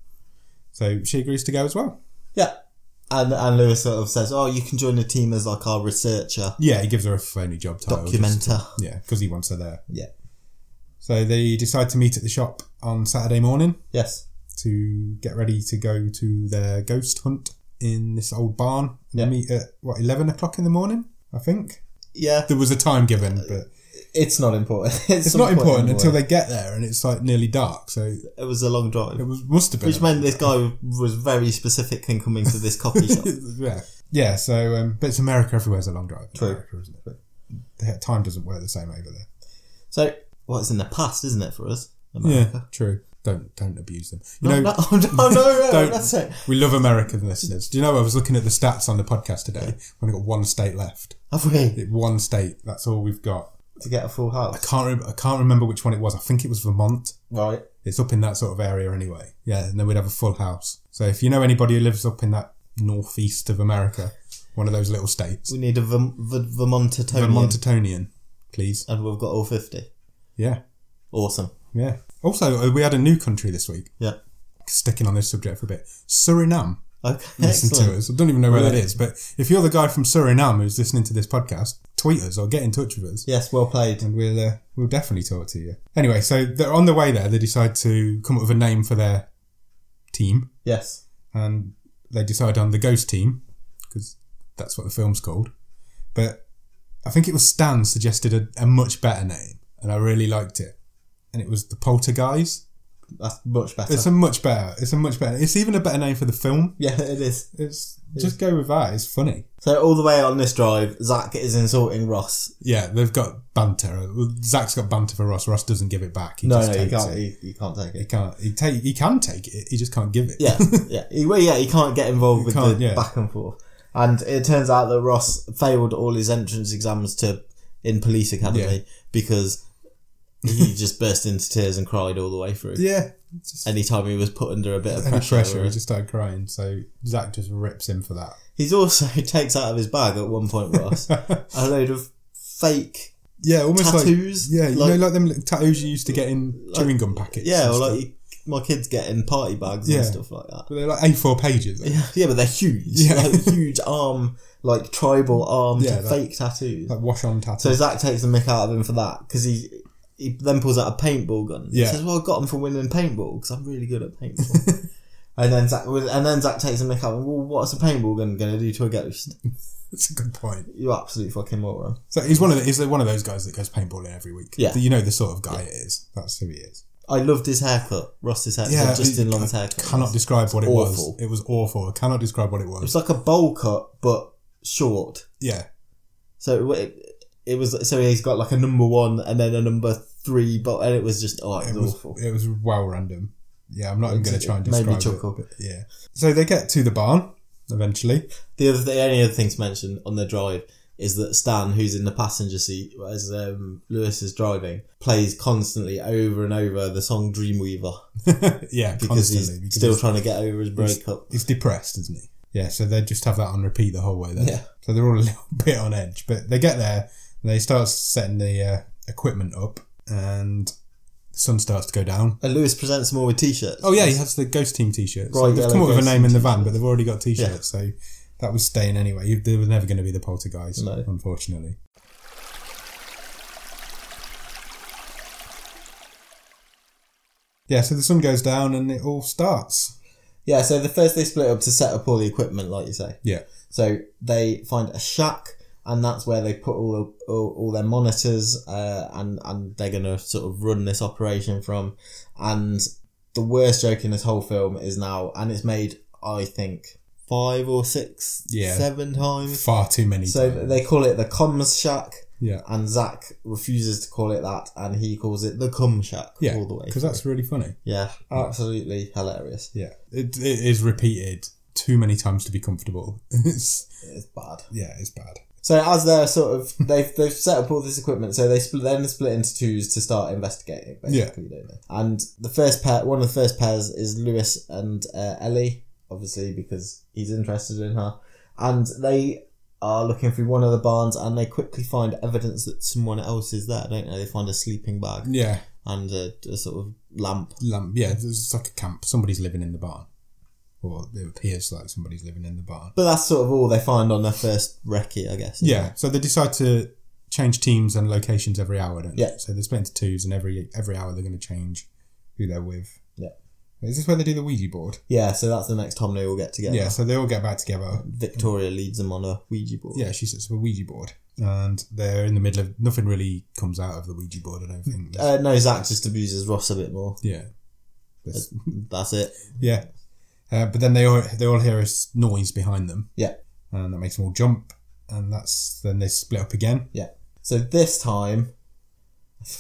Speaker 2: So she agrees to go as well.
Speaker 1: Yeah. And and Lewis sort of says, "Oh, you can join the team as like our researcher,
Speaker 2: Yeah, he gives her a phony job title. just-
Speaker 1: documenter."
Speaker 2: yeah, because he wants her there.
Speaker 1: Yeah.
Speaker 2: So they decide to meet at the shop on Saturday morning
Speaker 1: Yes.
Speaker 2: to get ready to go to their ghost hunt in this old barn. And
Speaker 1: Yeah.
Speaker 2: They meet at what eleven o'clock in the morning, I think.
Speaker 1: Yeah.
Speaker 2: There was a time given, but
Speaker 1: It's not important. <laughs>
Speaker 2: it's not important until they get there, and it's like nearly dark. So
Speaker 1: they. It was a long drive.
Speaker 2: it was must have been.
Speaker 1: Which meant this guy was very specific in coming to this coffee shop.
Speaker 2: <laughs> yeah, yeah. So, um, but it's America. Everywhere's a long drive. in
Speaker 1: True.
Speaker 2: America, isn't it? The time doesn't work the same over there.
Speaker 1: So, well, it's in the past, isn't it, for us?
Speaker 2: Yeah, true. Don't don't abuse them. You
Speaker 1: No,
Speaker 2: know,
Speaker 1: no, <laughs> no, no,
Speaker 2: <laughs>
Speaker 1: no,
Speaker 2: Don't-
Speaker 1: that's it.
Speaker 2: we love American listeners. Do you know? I was looking at the stats on the podcast today. We've only got one state left.
Speaker 1: Have we?
Speaker 2: It- One state. That's all we've got.
Speaker 1: To get a full
Speaker 2: I
Speaker 1: house.
Speaker 2: can't. Re- I can't remember which one it was. I think it was Vermont.
Speaker 1: Right.
Speaker 2: It's up in that sort of area anyway. Yeah, and then we'd have a full house. So if you know anybody who lives up in that northeast of America, one of those little states,
Speaker 1: We need a Verm- Ver- Vermontatonian.
Speaker 2: Vermontonian, please.
Speaker 1: and we've got all 50.
Speaker 2: Yeah,
Speaker 1: Awesome.
Speaker 2: yeah. Also, uh, we had a new country this week.
Speaker 1: Yeah.
Speaker 2: Sticking on this subject for a bit, Suriname.
Speaker 1: Okay.
Speaker 2: listen
Speaker 1: Excellent.
Speaker 2: to us. I don't even know where that
Speaker 1: Right.
Speaker 2: is, but if you're the guy from Suriname who's listening to this podcast, tweet us or get in touch with us,
Speaker 1: Yes, well played.
Speaker 2: and we'll uh, we'll definitely talk to you. Anyway, so they're on the way there. They decide to come up with a name for their team,
Speaker 1: Yes.
Speaker 2: and they decide on the Ghost Team because that's what the film's called. But I think it was Stan suggested a, a much better name, and I really liked it. And it was the Poltergeist.
Speaker 1: That's much better.
Speaker 2: It's a much better. It's a much better. It's even a better name for the film.
Speaker 1: yeah, <laughs> it is.
Speaker 2: It's just go with that. It's funny.
Speaker 1: So, all the way on this drive, Zach is insulting Ross.
Speaker 2: Yeah, they've got banter. Zach's got banter for Ross. Ross doesn't give it back. He
Speaker 1: No,
Speaker 2: just
Speaker 1: no, you
Speaker 2: takes
Speaker 1: can't,
Speaker 2: It.
Speaker 1: you, you can't take
Speaker 2: He
Speaker 1: it.
Speaker 2: can't. He take. He can take it. He just can't give it. <laughs>
Speaker 1: Yeah, yeah. He, well, yeah, he can't get involved with the
Speaker 2: can't, yeah.
Speaker 1: back and forth. And it turns out that Ross failed all his entrance exams to in police academy
Speaker 2: Yeah.
Speaker 1: because he <laughs> just burst into tears and cried all the way through.
Speaker 2: yeah. Just
Speaker 1: Anytime he was put under a bit of
Speaker 2: under
Speaker 1: pressure,
Speaker 2: pressure. He just started crying. So Zach just rips him for that.
Speaker 1: he's also <laughs> he takes out of his bag at one
Speaker 2: <laughs>
Speaker 1: point Ross a load of fake
Speaker 2: Yeah, almost
Speaker 1: tattoos.
Speaker 2: like yeah, you
Speaker 1: like,
Speaker 2: know, like them little tattoos you used to get in chewing gum packets.
Speaker 1: yeah,
Speaker 2: and
Speaker 1: or
Speaker 2: stuff.
Speaker 1: like you, my kids get in party bags
Speaker 2: Yeah.
Speaker 1: and stuff like that.
Speaker 2: But they're like A4 pages. Like,
Speaker 1: Yeah, yeah, but they're huge.
Speaker 2: Yeah.
Speaker 1: Like huge arm, like tribal armed
Speaker 2: Yeah, that-
Speaker 1: fake tattoos.
Speaker 2: wash on tattoos.
Speaker 1: So Zach takes the mick out of him for that because he he then pulls out a paintball gun.
Speaker 2: Yeah.
Speaker 1: He says, "Well, I got him from winning paintball because I'm really good at paintball."
Speaker 2: <laughs>
Speaker 1: and then Zach and then Zach takes the mick out. of him, Well, what's a paintball gun going to do to a ghost?
Speaker 2: That's a good point.
Speaker 1: You absolute fucking moron.
Speaker 2: So he's one of the, he's one of those guys that goes paintballing every week.
Speaker 1: Yeah.
Speaker 2: you know the sort of guy it is. That's who he is.
Speaker 1: I loved his haircut, Ross's haircut,
Speaker 2: Yeah,
Speaker 1: Justin
Speaker 2: I
Speaker 1: Long's haircut.
Speaker 2: Cannot describe what it
Speaker 1: Awful.
Speaker 2: was. It was awful. I cannot describe what it
Speaker 1: It
Speaker 2: was.
Speaker 1: was like a bowl cut but short.
Speaker 2: Yeah,
Speaker 1: So it, it was so he's got like a number one and then a number three, but and it was just oh, it
Speaker 2: it
Speaker 1: was,
Speaker 2: was
Speaker 1: awful.
Speaker 2: it was well random. Yeah, I'm not even going to try and
Speaker 1: It made
Speaker 2: describe
Speaker 1: me
Speaker 2: it.
Speaker 1: chuckle.
Speaker 2: but yeah. So they get to the barn eventually.
Speaker 1: The other the only other thing to mention on the drive is that Stan, who's in the passenger seat as um, Lewis is driving, plays constantly over and over the song Dreamweaver
Speaker 2: yeah,
Speaker 1: because
Speaker 2: constantly
Speaker 1: he's
Speaker 2: because
Speaker 1: still
Speaker 2: he's,
Speaker 1: trying to get over his breakup.
Speaker 2: he's depressed, isn't he? Yeah. So they just have that on repeat the whole way there.
Speaker 1: Yeah.
Speaker 2: So they're all a <laughs> little bit on edge, but they get there and they start setting the uh, equipment up, and the sun starts to go down.
Speaker 1: And Lewis presents him all with t-shirts.
Speaker 2: Oh yeah, he has the ghost team T-shirts.
Speaker 1: Bright
Speaker 2: they've
Speaker 1: yellow
Speaker 2: come up with a
Speaker 1: Ghost
Speaker 2: name
Speaker 1: Team
Speaker 2: in the van, but they've already got T-shirts, so that was staying anyway. You- They were never going to be the poltergeist,
Speaker 1: No.
Speaker 2: unfortunately. Yeah, so the sun goes down and it all starts.
Speaker 1: Yeah, so the first they split up to set up all the equipment, like you say.
Speaker 2: Yeah,
Speaker 1: So they find a shack, and that's where they put all all, all their monitors, uh, and and they're gonna sort of run this operation from. And the worst joke in this whole film is now, and it's made I think five or six,
Speaker 2: Yeah.
Speaker 1: seven times.
Speaker 2: far too many.
Speaker 1: So
Speaker 2: times.
Speaker 1: they call it the comms shack,
Speaker 2: yeah,
Speaker 1: and Zach refuses to call it that, and he calls it the cum shack
Speaker 2: yeah,
Speaker 1: all the way.
Speaker 2: because that's really funny.
Speaker 1: Yeah, absolutely hilarious.
Speaker 2: Yeah, it, it is repeated too many times to be comfortable. <laughs> it's,
Speaker 1: It's bad.
Speaker 2: yeah, it's bad.
Speaker 1: So as they're sort of they've they've set up all this equipment, so they split then split into twos to start investigating. Basically, don't they? And the first pair, one of the first pairs is Lewis and uh, Ellie, obviously because he's interested in her, and they are looking through one of the barns and they quickly find evidence that someone else is there, don't they? They find a sleeping bag
Speaker 2: Yeah,
Speaker 1: and a, a sort of lamp.
Speaker 2: lamp. Yeah, it's like a camp. Somebody's living in the barn, or it appears like somebody's living in the barn.
Speaker 1: But that's sort of all they find on their first recce, I guess. isn't
Speaker 2: Yeah, so they decide to change teams and locations every hour, don't they?
Speaker 1: Yeah.
Speaker 2: So they're split into twos, and every every hour they're going to change who they're with.
Speaker 1: Yeah.
Speaker 2: Is this where they do the Ouija board?
Speaker 1: it? Yeah, so that's the next time they all get together.
Speaker 2: Yeah. So they all get back together.
Speaker 1: Victoria leads them on a Ouija board.
Speaker 2: Yeah, she sets up a Ouija board, and they're in the middle of nothing. Really comes out of the Ouija board. I don't think. There's-
Speaker 1: Uh, no, Zach just abuses Ross a bit more. <laughs>
Speaker 2: yeah. There's-
Speaker 1: That's it.
Speaker 2: yeah. Uh, but then they all they all hear a s- noise behind them.
Speaker 1: Yeah.
Speaker 2: And that makes them all jump, and that's then they split up again.
Speaker 1: So this time, <laughs>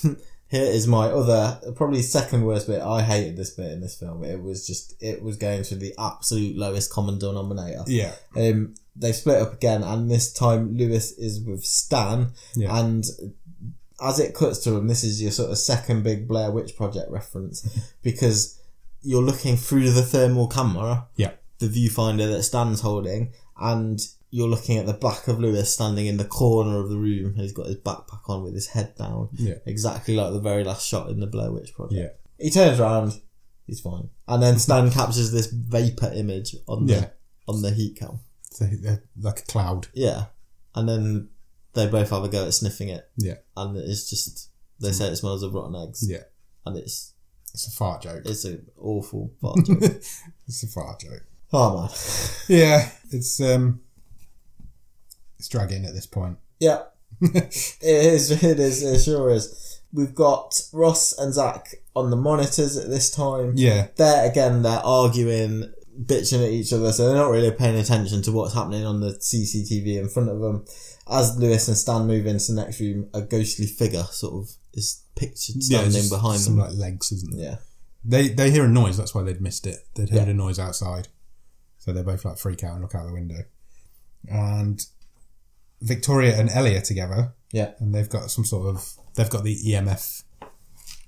Speaker 1: here is my other, probably second worst bit. I hated this bit in this film. It was just, it was going to the absolute lowest common denominator.
Speaker 2: Yeah.
Speaker 1: Um, they split up again, and this time Lewis is with Stan,
Speaker 2: Yeah.
Speaker 1: and as it cuts to him, this is your sort of second big Blair Witch
Speaker 2: <laughs>
Speaker 1: Project reference because you're looking through the thermal camera,
Speaker 2: Yeah.
Speaker 1: the viewfinder that Stan's holding, and you're looking at the back of Lewis standing in the corner of the room. He's got his backpack on with his head down,
Speaker 2: Yeah.
Speaker 1: exactly like the very last shot in the Blair Witch Project.
Speaker 2: Yeah.
Speaker 1: He turns around, he's fine, and then Stan captures this vapor image on the
Speaker 2: Yeah.
Speaker 1: on the heat cam.
Speaker 2: So they're like a cloud.
Speaker 1: Yeah. And then they both have a go at sniffing it.
Speaker 2: Yeah. Mm.
Speaker 1: And it's just they say it smells of rotten eggs.
Speaker 2: Yeah.
Speaker 1: And it's
Speaker 2: It's a fart joke.
Speaker 1: it's an awful
Speaker 2: <laughs>
Speaker 1: fart joke.
Speaker 2: It's a fart joke.
Speaker 1: oh man.
Speaker 2: Yeah, it's um, it's dragging at this point.
Speaker 1: Yeah. <laughs> it is it is it sure is. We've got Ross and Zach on the monitors at this time.
Speaker 2: Yeah,
Speaker 1: There again they're arguing, bitching at each other, so they're not really paying attention to what's happening on the CCTV in front of them. As Lewis and Stan move into the next room, a ghostly figure sort of is pictured
Speaker 2: Yeah, it's
Speaker 1: standing
Speaker 2: just
Speaker 1: behind
Speaker 2: some
Speaker 1: them.
Speaker 2: like legs, isn't it?
Speaker 1: Yeah.
Speaker 2: They they hear a noise. That's why they'd missed it. They'd heard
Speaker 1: Yeah.
Speaker 2: a noise outside, so they both like freak out and look out the window. And Victoria and Ellie are together,
Speaker 1: Yeah.
Speaker 2: and they've got some sort of they've got the EMF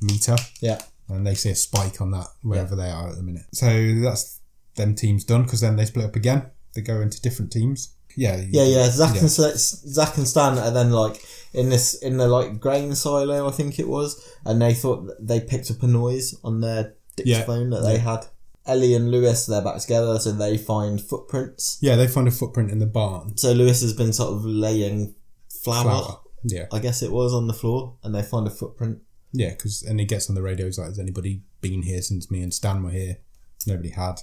Speaker 2: meter,
Speaker 1: Yeah.
Speaker 2: and they see a spike on that wherever they are at the minute. So that's them teams done because then they split up again. They go into different teams. Yeah,
Speaker 1: Yeah, yeah. Zach
Speaker 2: Yeah.
Speaker 1: and Zach and Stan are then like in this in the like grain silo, I think it was, and they thought that they picked up a noise on their
Speaker 2: Yeah.
Speaker 1: dictaphone phone that they had. Ellie and Lewis, they're back together, so they find footprints.
Speaker 2: Yeah, they find a footprint in the barn.
Speaker 1: So Lewis has been sort of laying flour,
Speaker 2: Flower. Yeah,
Speaker 1: I guess it was, on the floor, and they find a footprint.
Speaker 2: yeah, because and he gets on the radio. He's like, "Has anybody been here since me and Stan were here?" Nobody had.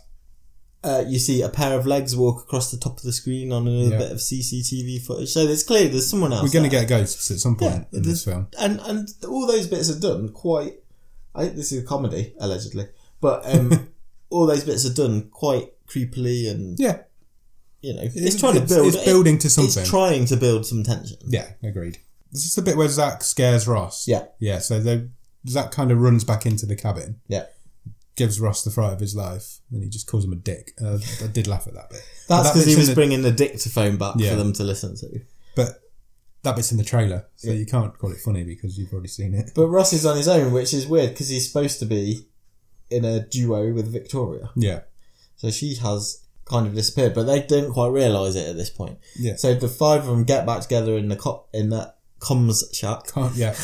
Speaker 1: Uh, you see a pair of legs walk across the top of the screen on another
Speaker 2: Yeah.
Speaker 1: bit of CCTV footage. So there's clearly there's someone else.
Speaker 2: We're going to
Speaker 1: there.
Speaker 2: get ghosts at some point
Speaker 1: Yeah,
Speaker 2: in this
Speaker 1: this-
Speaker 2: film.
Speaker 1: and and all those bits are done quite. I think this is a comedy allegedly, but
Speaker 2: <laughs>
Speaker 1: um, all those bits are done quite creepily, and
Speaker 2: Yeah,
Speaker 1: you know, it's, trying to build.
Speaker 2: It's building to
Speaker 1: it-
Speaker 2: something.
Speaker 1: it's trying to build some tension.
Speaker 2: yeah, agreed. This is the bit where Zach scares Ross.
Speaker 1: Yeah.
Speaker 2: yeah. So they, Zach kind of runs back into the cabin.
Speaker 1: Yeah.
Speaker 2: Gives Ross the fright of his life, and he just calls him a dick. Uh, I did laugh at that bit. But
Speaker 1: <laughs> That's
Speaker 2: that
Speaker 1: because
Speaker 2: bit's
Speaker 1: he
Speaker 2: in
Speaker 1: was
Speaker 2: the-
Speaker 1: bringing the dictaphone back
Speaker 2: Yeah.
Speaker 1: for them to listen to.
Speaker 2: But that bit's in the trailer, so you can't call it funny because you've already seen it.
Speaker 1: But Ross is on his own, which is weird because he's supposed to be in a duo with Victoria,
Speaker 2: Yeah,
Speaker 1: so she has kind of disappeared. But they didn't quite realise it at this point.
Speaker 2: yeah.
Speaker 1: So the five of them get back together in the co- in that comms shack.
Speaker 2: Can't. Yeah,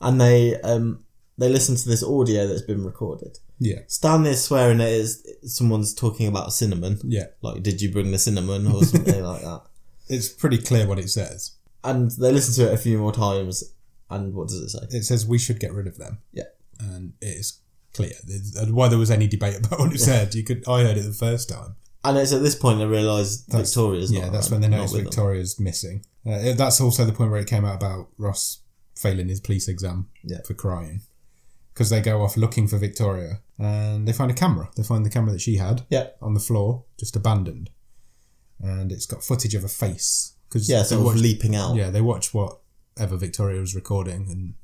Speaker 1: and they um they listen to this audio that's been recorded.
Speaker 2: yeah,
Speaker 1: Stan is swearing it is someone's talking about cinnamon.
Speaker 2: yeah.
Speaker 1: Like, did you bring the cinnamon or
Speaker 2: <laughs>
Speaker 1: something like that?
Speaker 2: It's pretty clear what it says.
Speaker 1: And they listen to it a few more times, and what does it say?
Speaker 2: it says we should get rid of them.
Speaker 1: Yeah.
Speaker 2: and it is clear There's- and why there was any debate <laughs> about what it said. You could, I heard it the first time.
Speaker 1: And it's at this point they realise
Speaker 2: That's-
Speaker 1: Victoria's not.
Speaker 2: yeah, that's
Speaker 1: around,
Speaker 2: when they
Speaker 1: not
Speaker 2: noticed
Speaker 1: with them.
Speaker 2: Victoria's missing. Uh, it- that's also the point where it came out about Ross failing his police exam
Speaker 1: Yeah.
Speaker 2: for crying because they go off looking for Victoria and they find a camera. They find the camera that she had
Speaker 1: Yeah.
Speaker 2: on the floor, just abandoned, and it's got footage of a face. Cause
Speaker 1: Yeah,
Speaker 2: they
Speaker 1: sort of
Speaker 2: watched-
Speaker 1: leaping out.
Speaker 2: yeah, they watch whatever Victoria was recording, and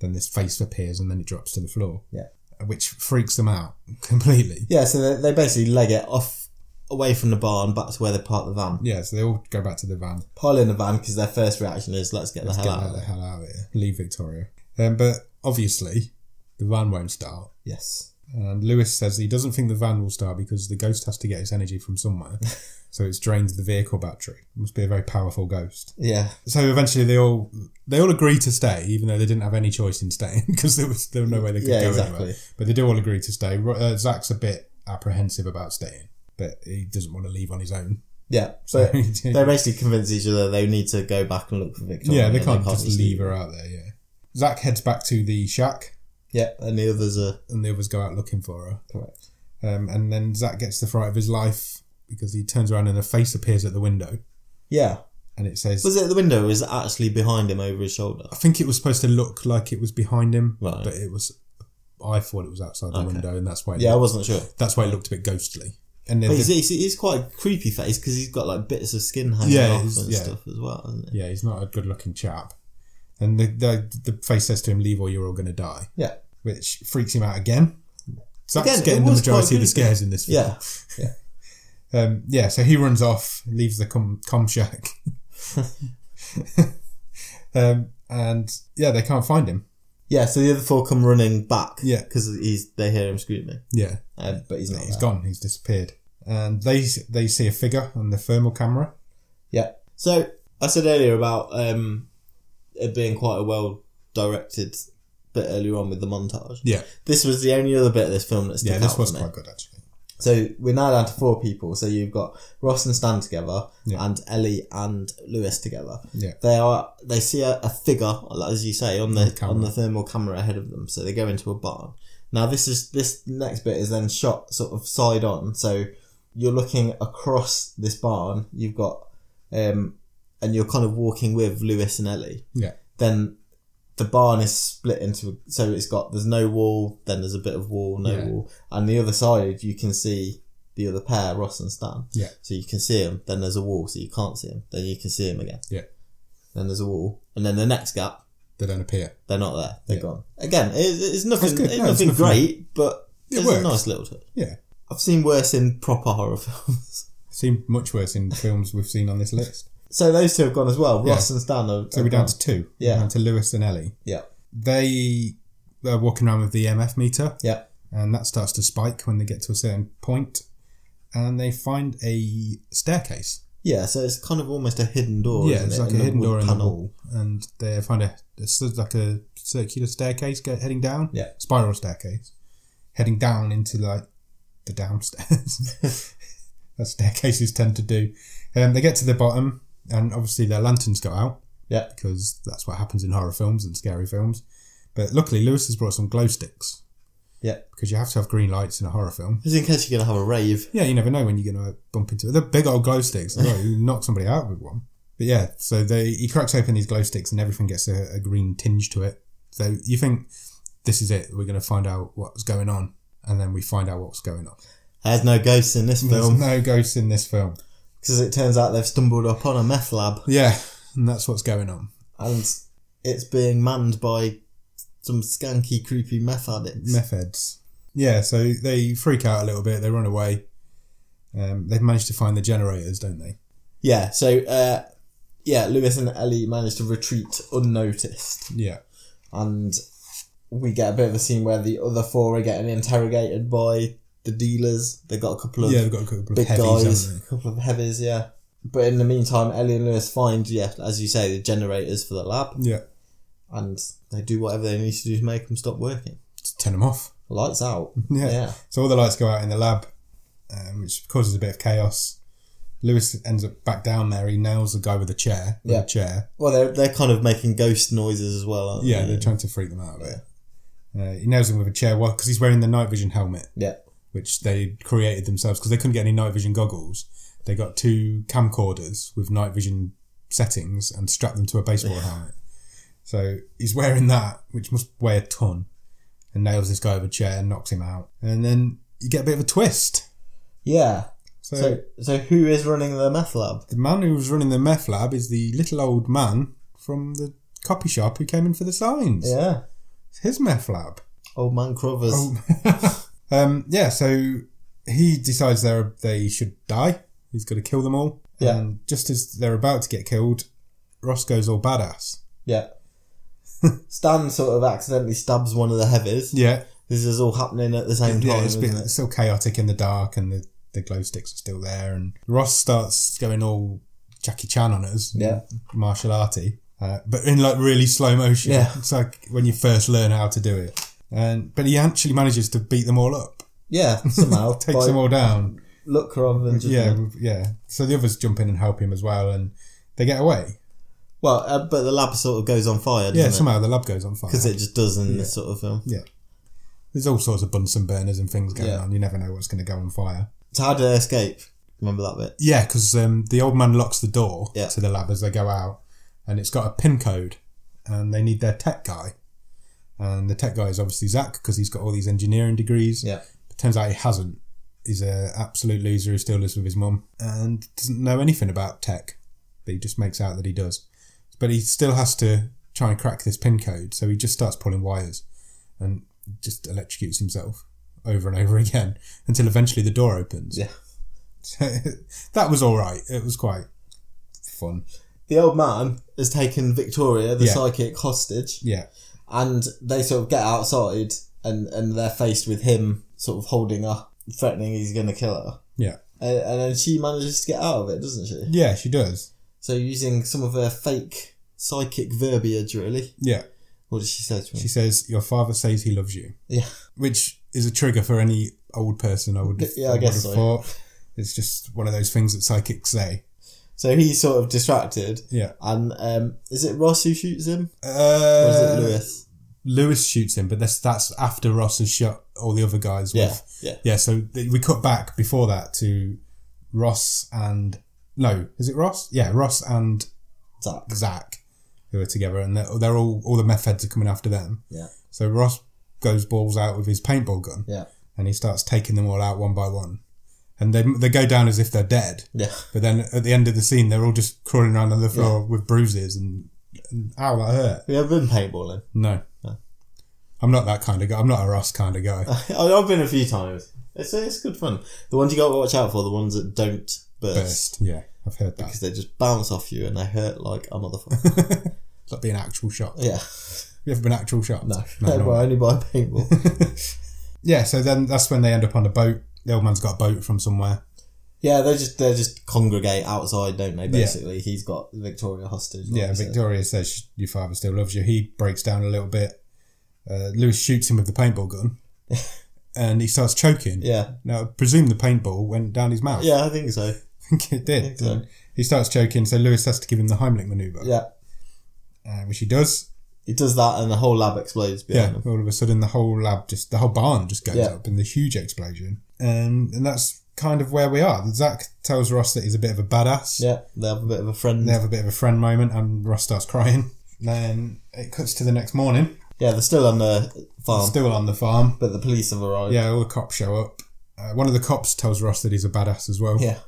Speaker 2: then this face appears, and then it drops to the floor.
Speaker 1: Yeah.
Speaker 2: which freaks them out <laughs> completely.
Speaker 1: Yeah, so they, they basically leg it off away from the barn back to where they parked the van.
Speaker 2: Yeah, so they all go back to the van,
Speaker 1: Pile in the van because their first reaction is let's get the
Speaker 2: get
Speaker 1: hell out.
Speaker 2: out
Speaker 1: of
Speaker 2: the
Speaker 1: there.
Speaker 2: hell out of here, leave Victoria. Um, but obviously, the van won't start,
Speaker 1: Yes.
Speaker 2: And Lewis says he doesn't think the van will start because the ghost has to get its energy from
Speaker 1: <laughs>
Speaker 2: somewhere. so it's drained the vehicle battery. Must be a very powerful ghost.
Speaker 1: Yeah.
Speaker 2: So eventually they all they all agree to stay, even though they didn't have any choice in staying <laughs> because there was there was no way they could
Speaker 1: Yeah,
Speaker 2: go
Speaker 1: exactly.
Speaker 2: anywhere. But they do all agree to stay. Ro- Uh, Zach's a bit apprehensive about staying, but he doesn't want to leave on his own.
Speaker 1: Yeah.
Speaker 2: So <laughs>
Speaker 1: So they basically convince each other they need to go back and look for Victoria.
Speaker 2: yeah, they
Speaker 1: and
Speaker 2: can't just
Speaker 1: leave.
Speaker 2: leave her out there. Yeah. Zach heads back to the shack,
Speaker 1: Yeah, and the others are
Speaker 2: and the others go out looking for her.
Speaker 1: correct.
Speaker 2: Um, and then Zach gets the fright of his life because he turns around and a face appears at the window,
Speaker 1: Yeah.
Speaker 2: and it says,
Speaker 1: Was it at the window? Or was it actually behind him over his shoulder?
Speaker 2: I think it was supposed to look like it was behind him,
Speaker 1: Right.
Speaker 2: but it was. I thought it was outside the
Speaker 1: Okay.
Speaker 2: window, and that's why. It
Speaker 1: Yeah, I
Speaker 2: looked,
Speaker 1: wasn't sure.
Speaker 2: that's why it looked a bit ghostly. And then
Speaker 1: But
Speaker 2: the-
Speaker 1: he's, he's, he's quite a creepy face because he's got like bits of skin hanging
Speaker 2: Yeah,
Speaker 1: off
Speaker 2: he's-
Speaker 1: and
Speaker 2: yeah.
Speaker 1: stuff as well, isn't he?
Speaker 2: yeah, he's not a good-looking chap. And the, the the face says to him, "Leave or you're all going to die,"
Speaker 1: Yeah.
Speaker 2: which freaks him out again. Zach's
Speaker 1: Again, it
Speaker 2: getting the
Speaker 1: was quite
Speaker 2: majority of the
Speaker 1: creepy.
Speaker 2: scares in this. Film.
Speaker 1: Yeah.
Speaker 2: Um, yeah, so he runs off, leaves the com, com shack. <laughs> um, and yeah, they can't find him.
Speaker 1: Yeah, so the other four come running back.
Speaker 2: Yeah.
Speaker 1: Because he's they hear him screaming.
Speaker 2: Yeah,
Speaker 1: Um, but he's not.
Speaker 2: he's
Speaker 1: there.
Speaker 2: gone. He's disappeared. And they they see a figure on the thermal camera.
Speaker 1: Yeah. So I said earlier about um, it being quite a well directed bit earlier on with the montage.
Speaker 2: Yeah,
Speaker 1: This was the only other bit of this film that stuck
Speaker 2: yeah, this
Speaker 1: out
Speaker 2: was
Speaker 1: for me.
Speaker 2: quite good actually.
Speaker 1: So we're now down to four people. So you've got Ross and Stan together,
Speaker 2: Yeah.
Speaker 1: and Ellie and Lewis together.
Speaker 2: Yeah.
Speaker 1: They are. They see a, a figure, like, as you say, on the,
Speaker 2: camera.
Speaker 1: on the thermal camera ahead of them. So they go into a barn. Now this is this next bit is then shot sort of side on. So you're looking across this barn. You've got, um, and you're kind of walking with Lewis and Ellie
Speaker 2: Yeah,
Speaker 1: then the barn is split into so it's got there's no wall then there's a bit of wall no
Speaker 2: Yeah.
Speaker 1: wall and the other side you can see the other pair ross and stan
Speaker 2: Yeah.
Speaker 1: so you can see them then there's a wall so you can't see them then you can see them again
Speaker 2: Yeah.
Speaker 1: then there's a wall and then the next gap
Speaker 2: they don't appear.
Speaker 1: they're not there they're
Speaker 2: Yeah.
Speaker 1: gone again it, it's nothing
Speaker 2: That's good.
Speaker 1: it's
Speaker 2: No, it's
Speaker 1: nothing
Speaker 2: nothing.
Speaker 1: great but
Speaker 2: It
Speaker 1: it's
Speaker 2: works.
Speaker 1: a nice little touch
Speaker 2: Yeah,
Speaker 1: i've seen worse in proper horror <laughs> films
Speaker 2: seemed much worse
Speaker 1: <laughs>
Speaker 2: in films we've seen on this list.
Speaker 1: so those two have gone as well ross and stan are,
Speaker 2: So
Speaker 1: are
Speaker 2: we're down
Speaker 1: gone.
Speaker 2: to two.
Speaker 1: Yeah.
Speaker 2: down to Lewis and Ellie.
Speaker 1: yeah
Speaker 2: They are walking around with the EMF meter,
Speaker 1: yeah
Speaker 2: and that starts to spike when they get to a certain point, and they find a staircase.
Speaker 1: yeah, so it's kind of almost a hidden door.
Speaker 2: yeah,
Speaker 1: isn't
Speaker 2: it's
Speaker 1: it?
Speaker 2: like
Speaker 1: And
Speaker 2: a hidden
Speaker 1: wood
Speaker 2: door in the
Speaker 1: panel.
Speaker 2: wall, and they find a it's sort of like a circular staircase go, heading down.
Speaker 1: Yeah.
Speaker 2: spiral staircase, heading down into like the
Speaker 1: <laughs>
Speaker 2: downstairs. <laughs> That's staircases tend to do. Um, they get to the bottom, and obviously their lanterns go out.
Speaker 1: Yeah.
Speaker 2: because that's what happens in horror films and scary films. But luckily, Lewis has brought some glow sticks.
Speaker 1: Yeah.
Speaker 2: because you have to have green lights in a horror film.
Speaker 1: Just in case you're gonna have a rave.
Speaker 2: Yeah, you never know when you're going to bump into it. They're big old glow sticks. as well. you <laughs> knock somebody out with one. But yeah, so they he cracks open these glow sticks and everything gets a, a green tinge to it. So you think this is it? We're going to find out what's going on, and then we find out what's going on.
Speaker 1: There's no ghosts in this
Speaker 2: There's
Speaker 1: film
Speaker 2: no ghosts in this film.
Speaker 1: because it turns out they've stumbled upon a meth lab
Speaker 2: Yeah, and that's what's going on.
Speaker 1: and it's being manned by some skanky, creepy meth addicts.
Speaker 2: Methods. Yeah, so they freak out a little bit. They run away. Um, they've managed to find the generators, don't they?
Speaker 1: Yeah. So, uh, yeah, Lewis and Ellie manage to retreat unnoticed,
Speaker 2: Yeah,
Speaker 1: and we get a bit of a scene where the other four are getting interrogated by the dealers. They've got a couple of
Speaker 2: yeah. They've got a couple of
Speaker 1: big
Speaker 2: heavies, <laughs>
Speaker 1: guys,
Speaker 2: haven't
Speaker 1: a couple of heavies, yeah. But in the meantime, Ellie and Lewis find, yeah, as you say, the generators for the lab,
Speaker 2: they? Yeah,
Speaker 1: and they do whatever they need to do to make them stop working.
Speaker 2: just turn them off.
Speaker 1: Lights out.
Speaker 2: <laughs> Yeah.
Speaker 1: Yeah.
Speaker 2: So all the lights go out in the lab, um, which causes a bit of chaos. Lewis ends up back down there. He nails the guy with a chair. With
Speaker 1: Yeah.
Speaker 2: A chair.
Speaker 1: Well, they're, they're kind of making ghost noises as well, aren't
Speaker 2: Yeah,
Speaker 1: they?
Speaker 2: they're trying to freak them out a bit. Uh, he nails him with a chair because he's wearing the night vision helmet,
Speaker 1: Yeah.
Speaker 2: which they created themselves because they couldn't get any night vision goggles. They got two camcorders with night vision settings and strapped them to a baseball helmet. So he's wearing that, which must weigh a ton, and nails this guy with a chair and knocks him out. And then you get a bit of a twist.
Speaker 1: Yeah.
Speaker 2: So,
Speaker 1: So, so who is running the meth lab?
Speaker 2: The man who was running the meth lab is the little old man from the copy shop who came in for the signs.
Speaker 1: Yeah.
Speaker 2: It's his meth lab.
Speaker 1: Old man Crovers.
Speaker 2: Oh. um, yeah, so he decides they are they should die. He's got to kill them all.
Speaker 1: Yeah.
Speaker 2: And just as they're about to get killed, Ross goes all badass. <laughs>
Speaker 1: Yeah. Stan sort of accidentally stabs one of the heavies,
Speaker 2: Yeah.
Speaker 1: this is all happening at the same time.
Speaker 2: yeah, it's, a bit,
Speaker 1: isn't
Speaker 2: it's
Speaker 1: it?
Speaker 2: still chaotic in the dark, and the, the glow sticks are still there. And Ross starts going all Jackie Chan on us,
Speaker 1: Yeah.
Speaker 2: martial arty, uh, but in like really slow motion.
Speaker 1: Yeah.
Speaker 2: it's like when you first learn how to do it. And but he actually manages to beat them all up, <laughs>
Speaker 1: Yeah, somehow
Speaker 2: takes
Speaker 1: by
Speaker 2: them all down.
Speaker 1: look rather than just
Speaker 2: Yeah, yeah. So the others jump in and help him as well, and they get away.
Speaker 1: Well, uh, but the lab sort of goes on fire,
Speaker 2: Yeah,
Speaker 1: doesn't it?
Speaker 2: somehow the lab goes on fire.
Speaker 1: Because it just does in this sort of um, film.
Speaker 2: There's all sorts of Bunsen burners and things going
Speaker 1: Yeah.
Speaker 2: on. You never know what's going to go on fire.
Speaker 1: So how do they escape? Remember that bit?
Speaker 2: Yeah, because um, the old man locks the door
Speaker 1: Yeah.
Speaker 2: to the lab as they go out, and it's got a pin code, and they need their tech guy. And the tech guy is obviously Zach because he's got all these engineering degrees.
Speaker 1: Yeah.
Speaker 2: Turns out he hasn't. He's a absolute loser who still lives with his mum and doesn't know anything about tech, but he just makes out that he does. But he still has to try and crack this pin code, so he just starts pulling wires and just electrocutes himself over and over <laughs> again until eventually the door opens.
Speaker 1: Yeah.
Speaker 2: <laughs> So that was all right. It was quite fun.
Speaker 1: The old man has taken Victoria, the
Speaker 2: Yeah.
Speaker 1: psychic, hostage,
Speaker 2: Yeah.
Speaker 1: and they sort of get outside and, and they're faced with him sort of holding her, threatening he's going to kill her.
Speaker 2: Yeah.
Speaker 1: And, and then she manages to get out of it, doesn't she?
Speaker 2: Yeah, she does.
Speaker 1: So using some of her fake psychic verbiage, really.
Speaker 2: Yeah.
Speaker 1: What did she say to him?
Speaker 2: She says, Your father says he loves you.
Speaker 1: Yeah.
Speaker 2: Which is a trigger for any old person, I would,
Speaker 1: Yeah, I guess
Speaker 2: would have
Speaker 1: so.
Speaker 2: thought. It's just one of those things that psychics say.
Speaker 1: So he's sort of distracted,
Speaker 2: Yeah.
Speaker 1: and um, is it Ross who shoots him, or is
Speaker 2: Uh,
Speaker 1: it Lewis?
Speaker 2: Lewis shoots him, but that's, that's after Ross has shot all the other guys
Speaker 1: Yeah,
Speaker 2: with.
Speaker 1: yeah.
Speaker 2: Yeah, so th- we cut back before that to Ross and. No, is it Ross? Yeah, Ross and
Speaker 1: Zach.
Speaker 2: Zach, who are together, and they're, they're all all the meth heads are coming after them.
Speaker 1: Yeah.
Speaker 2: So Ross goes balls out with his paintball gun.
Speaker 1: Yeah.
Speaker 2: And he starts taking them all out one by one, and they they go down as if they're dead.
Speaker 1: Yeah.
Speaker 2: But then at the end of the scene, they're all just crawling around on the floor with bruises and, and ow that hurt.
Speaker 1: We have been paintballing. <laughs>
Speaker 2: No. I'm not that kind of guy. I'm not a Ross kind of
Speaker 1: <laughs>
Speaker 2: guy.
Speaker 1: I- I've been a few times. It's, it's good fun. The ones you got to watch out for, the ones that don't burst.
Speaker 2: Burst. Yeah, I've heard that.
Speaker 1: Because they just bounce off you and they hurt like a
Speaker 2: <laughs>
Speaker 1: motherfucker.
Speaker 2: It's like being an actual shot.
Speaker 1: yeah.
Speaker 2: You ever been actual shot?
Speaker 1: <laughs> No. no I only buy
Speaker 2: <laughs>
Speaker 1: paintball.
Speaker 2: Yeah, so then that's when they end up on a boat. The old man's got a boat from somewhere.
Speaker 1: yeah, they just they just congregate outside, don't they?
Speaker 2: Yeah.
Speaker 1: Basically, he's got Victoria hostage. like
Speaker 2: Yeah,
Speaker 1: I said.
Speaker 2: Victoria says she- your father still loves you. He breaks down a little bit. Uh, Lewis shoots him with the paintball
Speaker 1: <laughs>
Speaker 2: gun, and he starts choking.
Speaker 1: Yeah.
Speaker 2: Now, I presume the paintball went down his mouth.
Speaker 1: Yeah, I think so.
Speaker 2: I think <laughs> it did.
Speaker 1: think so.
Speaker 2: He starts choking, so Lewis has to give him the Heimlich maneuver,
Speaker 1: Yeah.
Speaker 2: uh, which he does.
Speaker 1: He does that and the whole lab explodes behind
Speaker 2: Yeah.
Speaker 1: him.
Speaker 2: All of a sudden, the whole lab, just the whole barn, just goes
Speaker 1: Yeah.
Speaker 2: up in this huge explosion, and and that's kind of where we are. Zach tells Ross that he's a bit of a badass.
Speaker 1: Yeah, they have a bit of a friend.
Speaker 2: They have a bit of a friend moment, and Ross starts crying. Then it cuts to the next morning.
Speaker 1: Yeah, they're still on the farm,
Speaker 2: Still on the farm.
Speaker 1: but the police have arrived.
Speaker 2: Yeah, all the cops show up. Uh, one of the cops tells Ross that he's a badass as well,
Speaker 1: Yeah.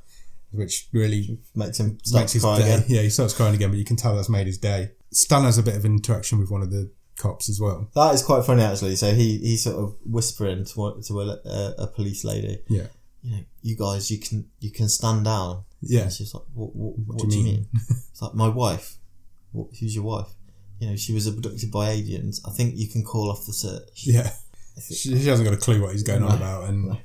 Speaker 2: which really
Speaker 1: Makes him start
Speaker 2: makes his
Speaker 1: crying
Speaker 2: day.
Speaker 1: again.
Speaker 2: Yeah, he starts crying again, but you can tell that's made his day. Stan has a bit of an interaction with one of the cops as well.
Speaker 1: That is quite funny actually. So he he's sort of whispering to one- to a, a, a police lady.
Speaker 2: Yeah.
Speaker 1: You know, you guys, you can you can stand down.
Speaker 2: Yeah,
Speaker 1: And she's like, what, what, what, do you mean? it's like my wife. What, who's your wife? You know, she was abducted by aliens. I think you can call off the search.
Speaker 2: yeah. She, she hasn't got a clue what he's going on about, and
Speaker 1: No.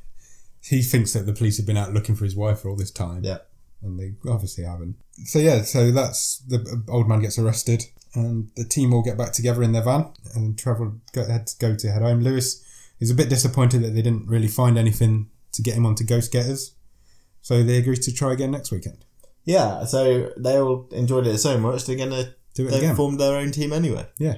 Speaker 2: he thinks that the police have been out looking for his wife for all this time.
Speaker 1: Yeah.
Speaker 2: and they obviously haven't. So yeah, so that's the uh, old man gets arrested, and the team all get back together in their van and travel go, head to go to head home. Lewis is a bit disappointed that they didn't really find anything to get him onto Ghost Getters, so they agreed to try again next weekend.
Speaker 1: Yeah. So they all enjoyed it so much they're gonna
Speaker 2: Do it
Speaker 1: they
Speaker 2: again.
Speaker 1: formed their own team anyway.
Speaker 2: Yeah.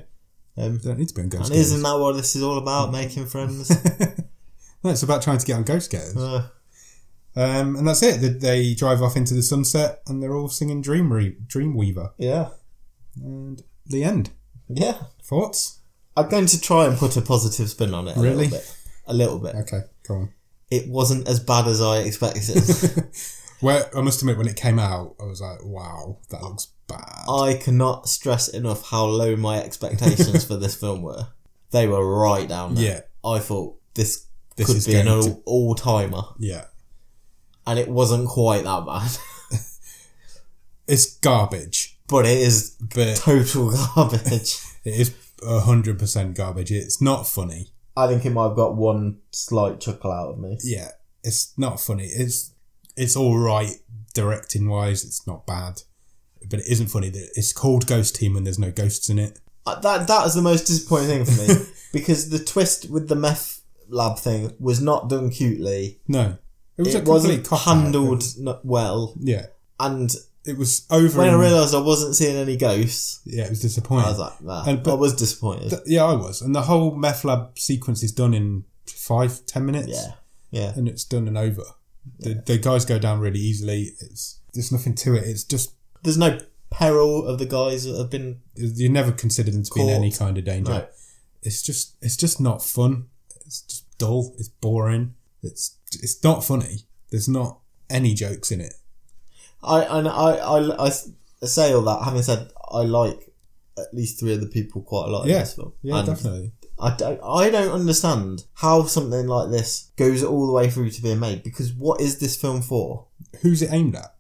Speaker 2: Mm.
Speaker 1: Um,
Speaker 2: They don't need to be on Ghost
Speaker 1: and
Speaker 2: Getters.
Speaker 1: isn't that what this is all about? Making
Speaker 2: <laughs>
Speaker 1: friends.
Speaker 2: No, it's about trying to get on Ghost Getters.
Speaker 1: Uh,
Speaker 2: Um, and that's it. They, they drive off into the sunset, and they're all singing Dream Re- Dreamweaver.
Speaker 1: yeah.
Speaker 2: And the end.
Speaker 1: Yeah.
Speaker 2: Thoughts?
Speaker 1: I'm going to try and put a positive spin on it. A
Speaker 2: Really?
Speaker 1: Little bit. A little bit.
Speaker 2: Okay, go on.
Speaker 1: it wasn't as bad as I expected. <laughs>
Speaker 2: Well, I must admit, when it came out, I was like, "Wow, that looks bad."
Speaker 1: I cannot stress enough how low my expectations for this film were. They were right down there.
Speaker 2: Yeah,
Speaker 1: I thought this,
Speaker 2: This
Speaker 1: could
Speaker 2: is
Speaker 1: be an
Speaker 2: going to-
Speaker 1: all, all-timer,
Speaker 2: yeah.
Speaker 1: and it wasn't quite that bad. <laughs>
Speaker 2: It's garbage,
Speaker 1: but it is
Speaker 2: but
Speaker 1: total <laughs> garbage.
Speaker 2: it is hundred percent garbage. It's not funny.
Speaker 1: I think it might have got one slight chuckle out of me.
Speaker 2: Yeah, it's not funny. It's it's all right directing wise. It's not bad, but it isn't funny. that It's called Ghost Team and there's no ghosts in it.
Speaker 1: Uh, That that is the most disappointing thing for <laughs> me because the twist with the meth lab thing was not done cutely.
Speaker 2: No, it was a
Speaker 1: It
Speaker 2: complete
Speaker 1: wasn't
Speaker 2: cop-out.
Speaker 1: handled n- well,
Speaker 2: Yeah,
Speaker 1: and
Speaker 2: it was over.
Speaker 1: when I
Speaker 2: in-
Speaker 1: realised I wasn't seeing any ghosts,
Speaker 2: yeah, it was disappointing.
Speaker 1: I was like, nah,
Speaker 2: And- but-
Speaker 1: I was disappointed.
Speaker 2: Th- yeah, I was, and the whole meth lab sequence is done in five ten minutes.
Speaker 1: yeah, yeah,
Speaker 2: and it's done and over. The, the guys go down really easily. It's there's nothing to it. It's just
Speaker 1: there's no peril of the guys that have been
Speaker 2: you never consider them to be in
Speaker 1: Caught.
Speaker 2: any kind of danger.
Speaker 1: no.
Speaker 2: It's just it's just not fun. It's just dull. It's boring. It's it's not funny. There's not any jokes in it.
Speaker 1: I and I, I I s- say all that having said I like at least three other people quite a lot in
Speaker 2: Yeah.
Speaker 1: this film.
Speaker 2: Yeah,
Speaker 1: And
Speaker 2: definitely.
Speaker 1: I don't I don't understand how something like this goes all the way through to being made because what is this film for?
Speaker 2: Who's it aimed at?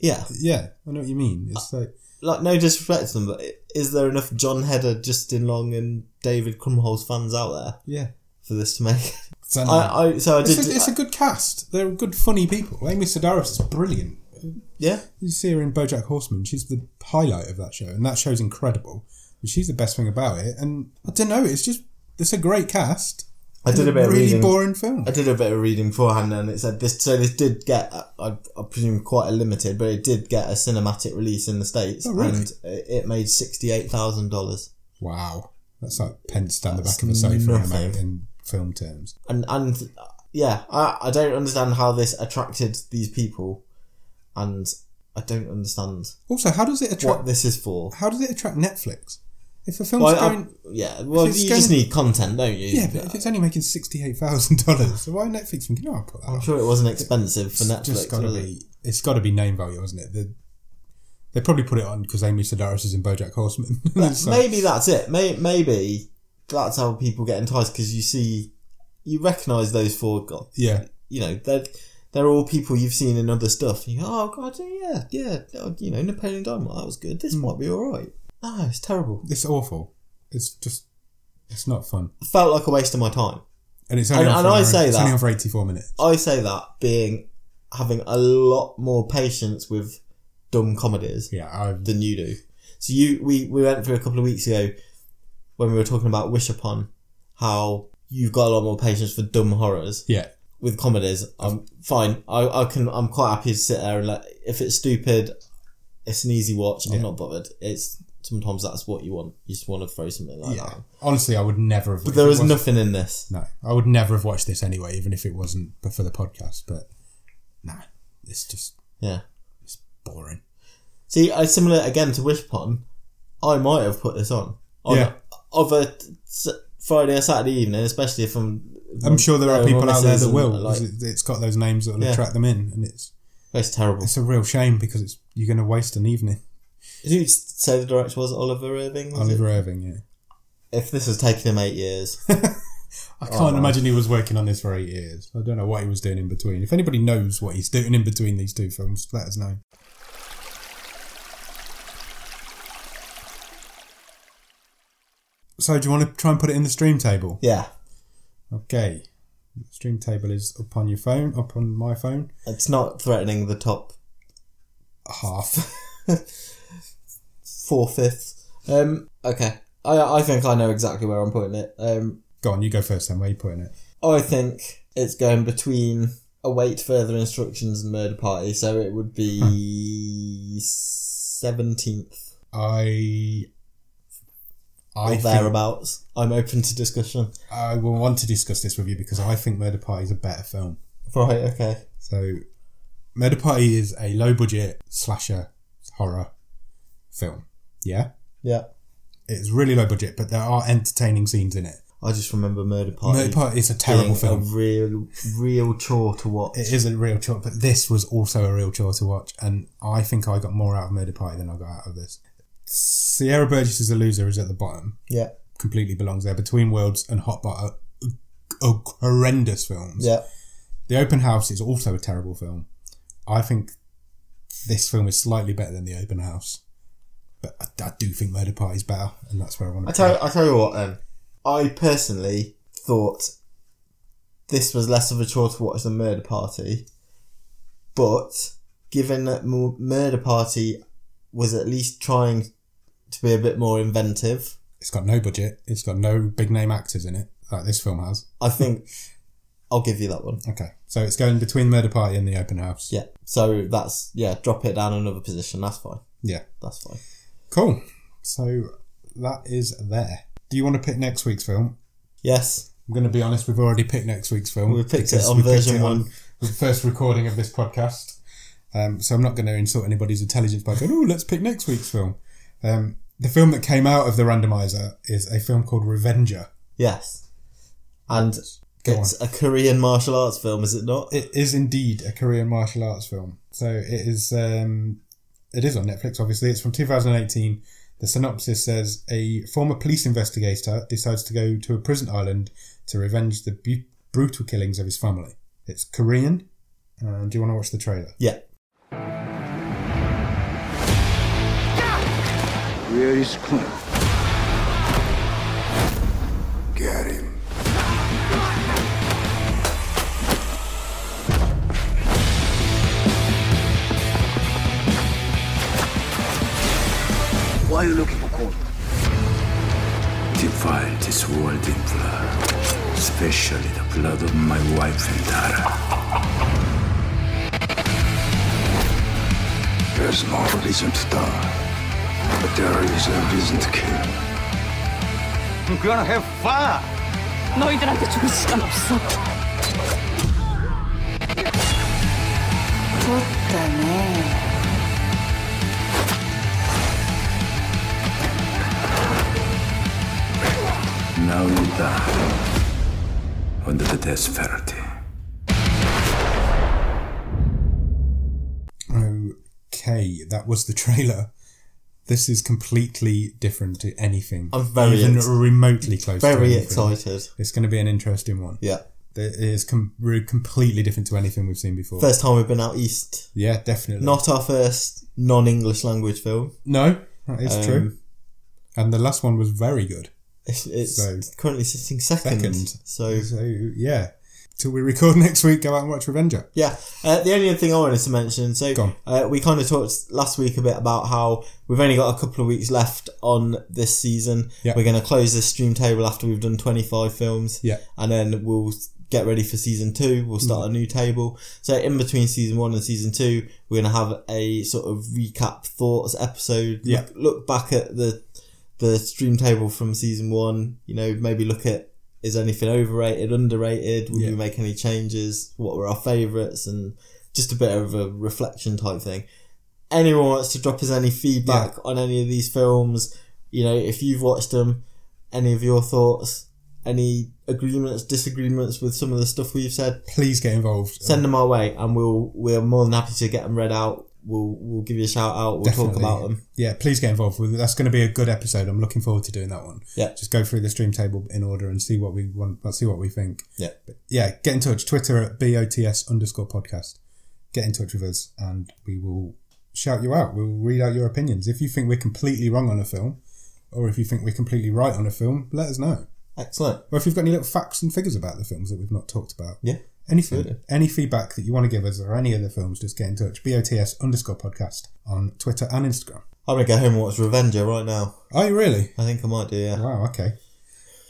Speaker 1: Yeah,
Speaker 2: Yeah, I know what you mean. It's like
Speaker 1: like no disrespect to them, but i- is there enough John Hedder, Justin Long, and David Crumholz fans out there
Speaker 2: yeah.
Speaker 1: for this to make? <laughs>
Speaker 2: It's, an-
Speaker 1: I, I so I
Speaker 2: it's
Speaker 1: did.
Speaker 2: a, it's a good cast. They're good, funny people. Amy Sedaris is brilliant.
Speaker 1: yeah,
Speaker 2: You see her in BoJack Horseman. She's the highlight of that show, and that show's incredible. But she's the best thing about it. And I don't know. It's just it's a great cast.
Speaker 1: I did a bit of
Speaker 2: really
Speaker 1: reading.
Speaker 2: boring film.
Speaker 1: I did a bit of reading beforehand, and it said this. So this did get, I, I presume, quite a limited, but it did get a cinematic release in the states,
Speaker 2: Oh, really?
Speaker 1: and it it made sixty-eight thousand dollars.
Speaker 2: Wow, that's like pence down the
Speaker 1: That's
Speaker 2: back of a sofa in,
Speaker 1: nothing.
Speaker 2: Amer- in film terms.
Speaker 1: And and yeah, I, I don't understand how this attracted these people, and I don't understand
Speaker 2: Also, how does it attract?
Speaker 1: what uh, this is for.
Speaker 2: How does it attract Netflix? If a film's
Speaker 1: Well, I-
Speaker 2: going,
Speaker 1: yeah, well, you
Speaker 2: it's
Speaker 1: just
Speaker 2: going-
Speaker 1: need content, don't you?
Speaker 2: yeah, but if it's only making sixty-eight thousand dollars, why Netflix thinking? Oh, I'll put that.
Speaker 1: I'm
Speaker 2: on.
Speaker 1: sure it wasn't expensive for Netflix.
Speaker 2: just gotta
Speaker 1: was it?
Speaker 2: be. It's got to be name value, isn't it? The, they probably put it on because Amy Sedaris is in BoJack Horseman. <laughs> So-
Speaker 1: maybe that's it. May- maybe that's how people get enticed because you see, you recognise those four. Go-
Speaker 2: yeah,
Speaker 1: You know, they're they're all people you've seen in other stuff. And you go, oh god, yeah, yeah, oh, you know, Napoleon Dynamite, that was good. This might be all right. No, it's terrible.
Speaker 2: it's awful. It's just, it's not fun.
Speaker 1: Felt like a waste of my time.
Speaker 2: And it's only
Speaker 1: And-
Speaker 2: on
Speaker 1: and
Speaker 2: for an
Speaker 1: I
Speaker 2: hour-
Speaker 1: say
Speaker 2: it's only
Speaker 1: that.
Speaker 2: on for eighty-four minutes.
Speaker 1: I say that being having a lot more patience with dumb comedies.
Speaker 2: Yeah, I,
Speaker 1: than you do. So you we, we went through a couple of weeks ago when we were talking about Wish Upon how you've got a lot more patience for dumb horrors
Speaker 2: yeah,
Speaker 1: with comedies. I'm fine. I, I can I'm quite happy to sit there and like if it's stupid, it's an easy watch. I'm not bothered. It's sometimes that's what you want. You just want to throw something like
Speaker 2: yeah.
Speaker 1: that.
Speaker 2: Honestly, I would never have.
Speaker 1: But there
Speaker 2: if it
Speaker 1: is
Speaker 2: wasn't-
Speaker 1: nothing in this.
Speaker 2: No, I would never have watched this anyway, even if it wasn't but for the podcast. But nah, it's just
Speaker 1: Yeah.
Speaker 2: it's boring.
Speaker 1: See, I similar again to Wish Upon. I might have put this on. on
Speaker 2: Yeah.
Speaker 1: Of a s- Friday or Saturday evening, especially if I'm.
Speaker 2: I'm sure there are
Speaker 1: my
Speaker 2: people out there
Speaker 1: missus
Speaker 2: that
Speaker 1: and,
Speaker 2: will.
Speaker 1: like,
Speaker 2: 'cause it, it's got those names that'll
Speaker 1: Yeah.
Speaker 2: attract them in, and it's
Speaker 1: That's terrible.
Speaker 2: it's a real shame because it's you're going to waste an evening.
Speaker 1: Did you say the director was Oliver Irving? was
Speaker 2: Oliver Irving, yeah.
Speaker 1: it? If this has taken him
Speaker 2: <laughs>
Speaker 1: eight years,
Speaker 2: I can't imagine he was working on this for eight years. I don't know what he was doing in between. If anybody knows what he's doing in between these two films, let us know. So, do you want to try and put it in the stream table?
Speaker 1: yeah,
Speaker 2: Okay. The stream table is up on your phone, up on my phone.
Speaker 1: it's not threatening the top
Speaker 2: Half. <laughs>
Speaker 1: four fifths. Um, okay, I I think I know exactly where I'm putting it. Um,
Speaker 2: go on, you go first then. Where are you putting it?
Speaker 1: I think it's going between await further instructions and murder party, so it would
Speaker 2: Hmm.
Speaker 1: be seventeenth
Speaker 2: I. I
Speaker 1: or
Speaker 2: think
Speaker 1: thereabouts. I'm open to discussion.
Speaker 2: I will want to discuss this with you because I think Murder Party is a better film.
Speaker 1: Right. Okay.
Speaker 2: So, Murder Party is a low budget slasher horror film. Yeah?
Speaker 1: Yeah.
Speaker 2: It's really low budget, but there are entertaining scenes in it.
Speaker 1: I just remember murder party.
Speaker 2: Murder Party is a terrible
Speaker 1: being a
Speaker 2: film.
Speaker 1: real, real chore to watch.
Speaker 2: It is a real chore, but this was also a real chore to watch, and I think I got more out of Murder Party than I got out of this. Sierra Burgess is a loser is at the bottom.
Speaker 1: Yeah.
Speaker 2: Completely belongs there. Between Worlds and Hot Butter are, are horrendous films.
Speaker 1: Yeah.
Speaker 2: The Open House is also a terrible film. I think this film is slightly better than The Open House. But I, I do think Murder Party is better, and that's where I want
Speaker 1: um, I
Speaker 2: to
Speaker 1: tell I tell you what then. I personally thought this was less of a chore to watch than Murder Party, but given that Mu- Murder Party was at least trying to be a bit more inventive,
Speaker 2: It's got no budget. It's got no big name actors in it like this film has.
Speaker 1: I think <laughs> I'll give you that one.
Speaker 2: Okay, so it's going between Murder Party and the Open House.
Speaker 1: Yeah. So that's yeah. Drop it down another position. That's fine.
Speaker 2: Yeah.
Speaker 1: That's fine.
Speaker 2: Cool. So that is there. Do you want to pick next week's film?
Speaker 1: Yes.
Speaker 2: I'm going to be honest. We've already picked next week's film.
Speaker 1: We picked it
Speaker 2: because
Speaker 1: on
Speaker 2: we picked
Speaker 1: version
Speaker 2: it
Speaker 1: one.
Speaker 2: on the first recording of this podcast. Um, so I'm not going to insult anybody's intelligence by going, "Oh, let's pick next week's film." Um, the film that came out of the randomizer is a film called Revenger.
Speaker 1: Yes. And
Speaker 2: Go
Speaker 1: it's a Korean martial arts film, is it not?
Speaker 2: It is indeed a Korean martial arts film. So it is. Um, it is on Netflix. Obviously, it's from 2018. The synopsis says a former police investigator decides to go to a prison island to revenge the bu- brutal killings of his family. It's Korean. And do you want to watch the trailer?
Speaker 1: Yeah.
Speaker 3: Where is Clint? Get him. Why are you looking for Clint?
Speaker 4: Defile this world in blood, especially the blood of my wife and daughter.
Speaker 3: There's no reason to die, but there is a reason to kill. I'm gonna have fun.
Speaker 5: 너희들한테 죽을 시간 없어. 좋다네.
Speaker 4: Now you die under the death penalty.
Speaker 2: Okay, that was the trailer. This is completely different to anything.
Speaker 1: I'm very
Speaker 2: even
Speaker 1: ex-
Speaker 2: remotely close. to
Speaker 1: Very
Speaker 2: anything.
Speaker 1: excited.
Speaker 2: It's going to be an interesting one.
Speaker 1: Yeah.
Speaker 2: It is com- really completely different to anything we've seen before.
Speaker 1: First time we've been out east.
Speaker 2: Yeah, definitely.
Speaker 1: Not our first non English language film.
Speaker 2: No, that is
Speaker 1: Um,
Speaker 2: true. And the last one was very good.
Speaker 1: It's, it's
Speaker 2: So-
Speaker 1: currently sitting second.
Speaker 2: Second.
Speaker 1: So
Speaker 2: So yeah, till we record <laughs> next week, go out and watch Revenger.
Speaker 1: Yeah, uh, the only other thing I wanted to mention. So
Speaker 2: Go on.
Speaker 1: uh, we kind of talked last week a bit about how we've only got a couple of weeks left on this season.
Speaker 2: Yeah.
Speaker 1: We're going to close this stream table after we've done twenty five films.
Speaker 2: Yeah. Mm.
Speaker 1: and then we'll get ready for season two. We'll start a new table. So in between season one and season two, we're going to have a sort of recap thoughts episode.
Speaker 2: Yeah.
Speaker 1: look, look back at the the stream table from season one. You know, maybe look at is anything overrated, underrated? Would
Speaker 2: Yeah.
Speaker 1: we make any changes? What were our favourites? And just a bit of a reflection type thing. Anyone wants to drop us any feedback on any of these films? You know, if you've watched them, any of your thoughts, any agreements, disagreements with some of the stuff we've said,
Speaker 2: Please get involved.
Speaker 1: send them our way, and we'll we're more than happy to get them read out. We'll we'll give you a shout out. We'll talk
Speaker 2: Definitely.
Speaker 1: about them.
Speaker 2: Yeah, please get involved with it. That's going to be a good episode. I'm looking forward to doing that one.
Speaker 1: Yeah.
Speaker 2: just go through the stream table in order and see what we want. Let's see what we think.
Speaker 1: Yeah.
Speaker 2: But yeah, get in touch. Twitter at bots underscore podcast. Get in touch with us, and we will shout you out. We'll read out your opinions. If you think we're completely wrong on a film, or if you think we're completely right on a film, let us know.
Speaker 1: Excellent.
Speaker 2: Or if you've got any little facts and figures about the films that we've not talked about.
Speaker 1: Yeah.
Speaker 2: Anything,
Speaker 1: absolutely.
Speaker 2: any feedback that you want to give us or any other films, just get in touch. BOTS underscore podcast on Twitter and Instagram.
Speaker 1: I'm gonna go home and watch Revenger right now.
Speaker 2: Are you Oh, really?
Speaker 1: I think I might do. Yeah,
Speaker 2: Wow, okay.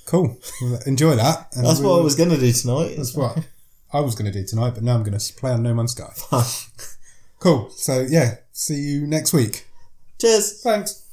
Speaker 2: Cool. Well, enjoy that. And
Speaker 1: that's
Speaker 2: we
Speaker 1: what I
Speaker 2: will-
Speaker 1: was gonna do tonight.
Speaker 2: That's what I was going to do tonight, but now I'm going to play on No Man's Sky. cool. So, yeah, see you next week.
Speaker 1: Cheers.
Speaker 2: Thanks.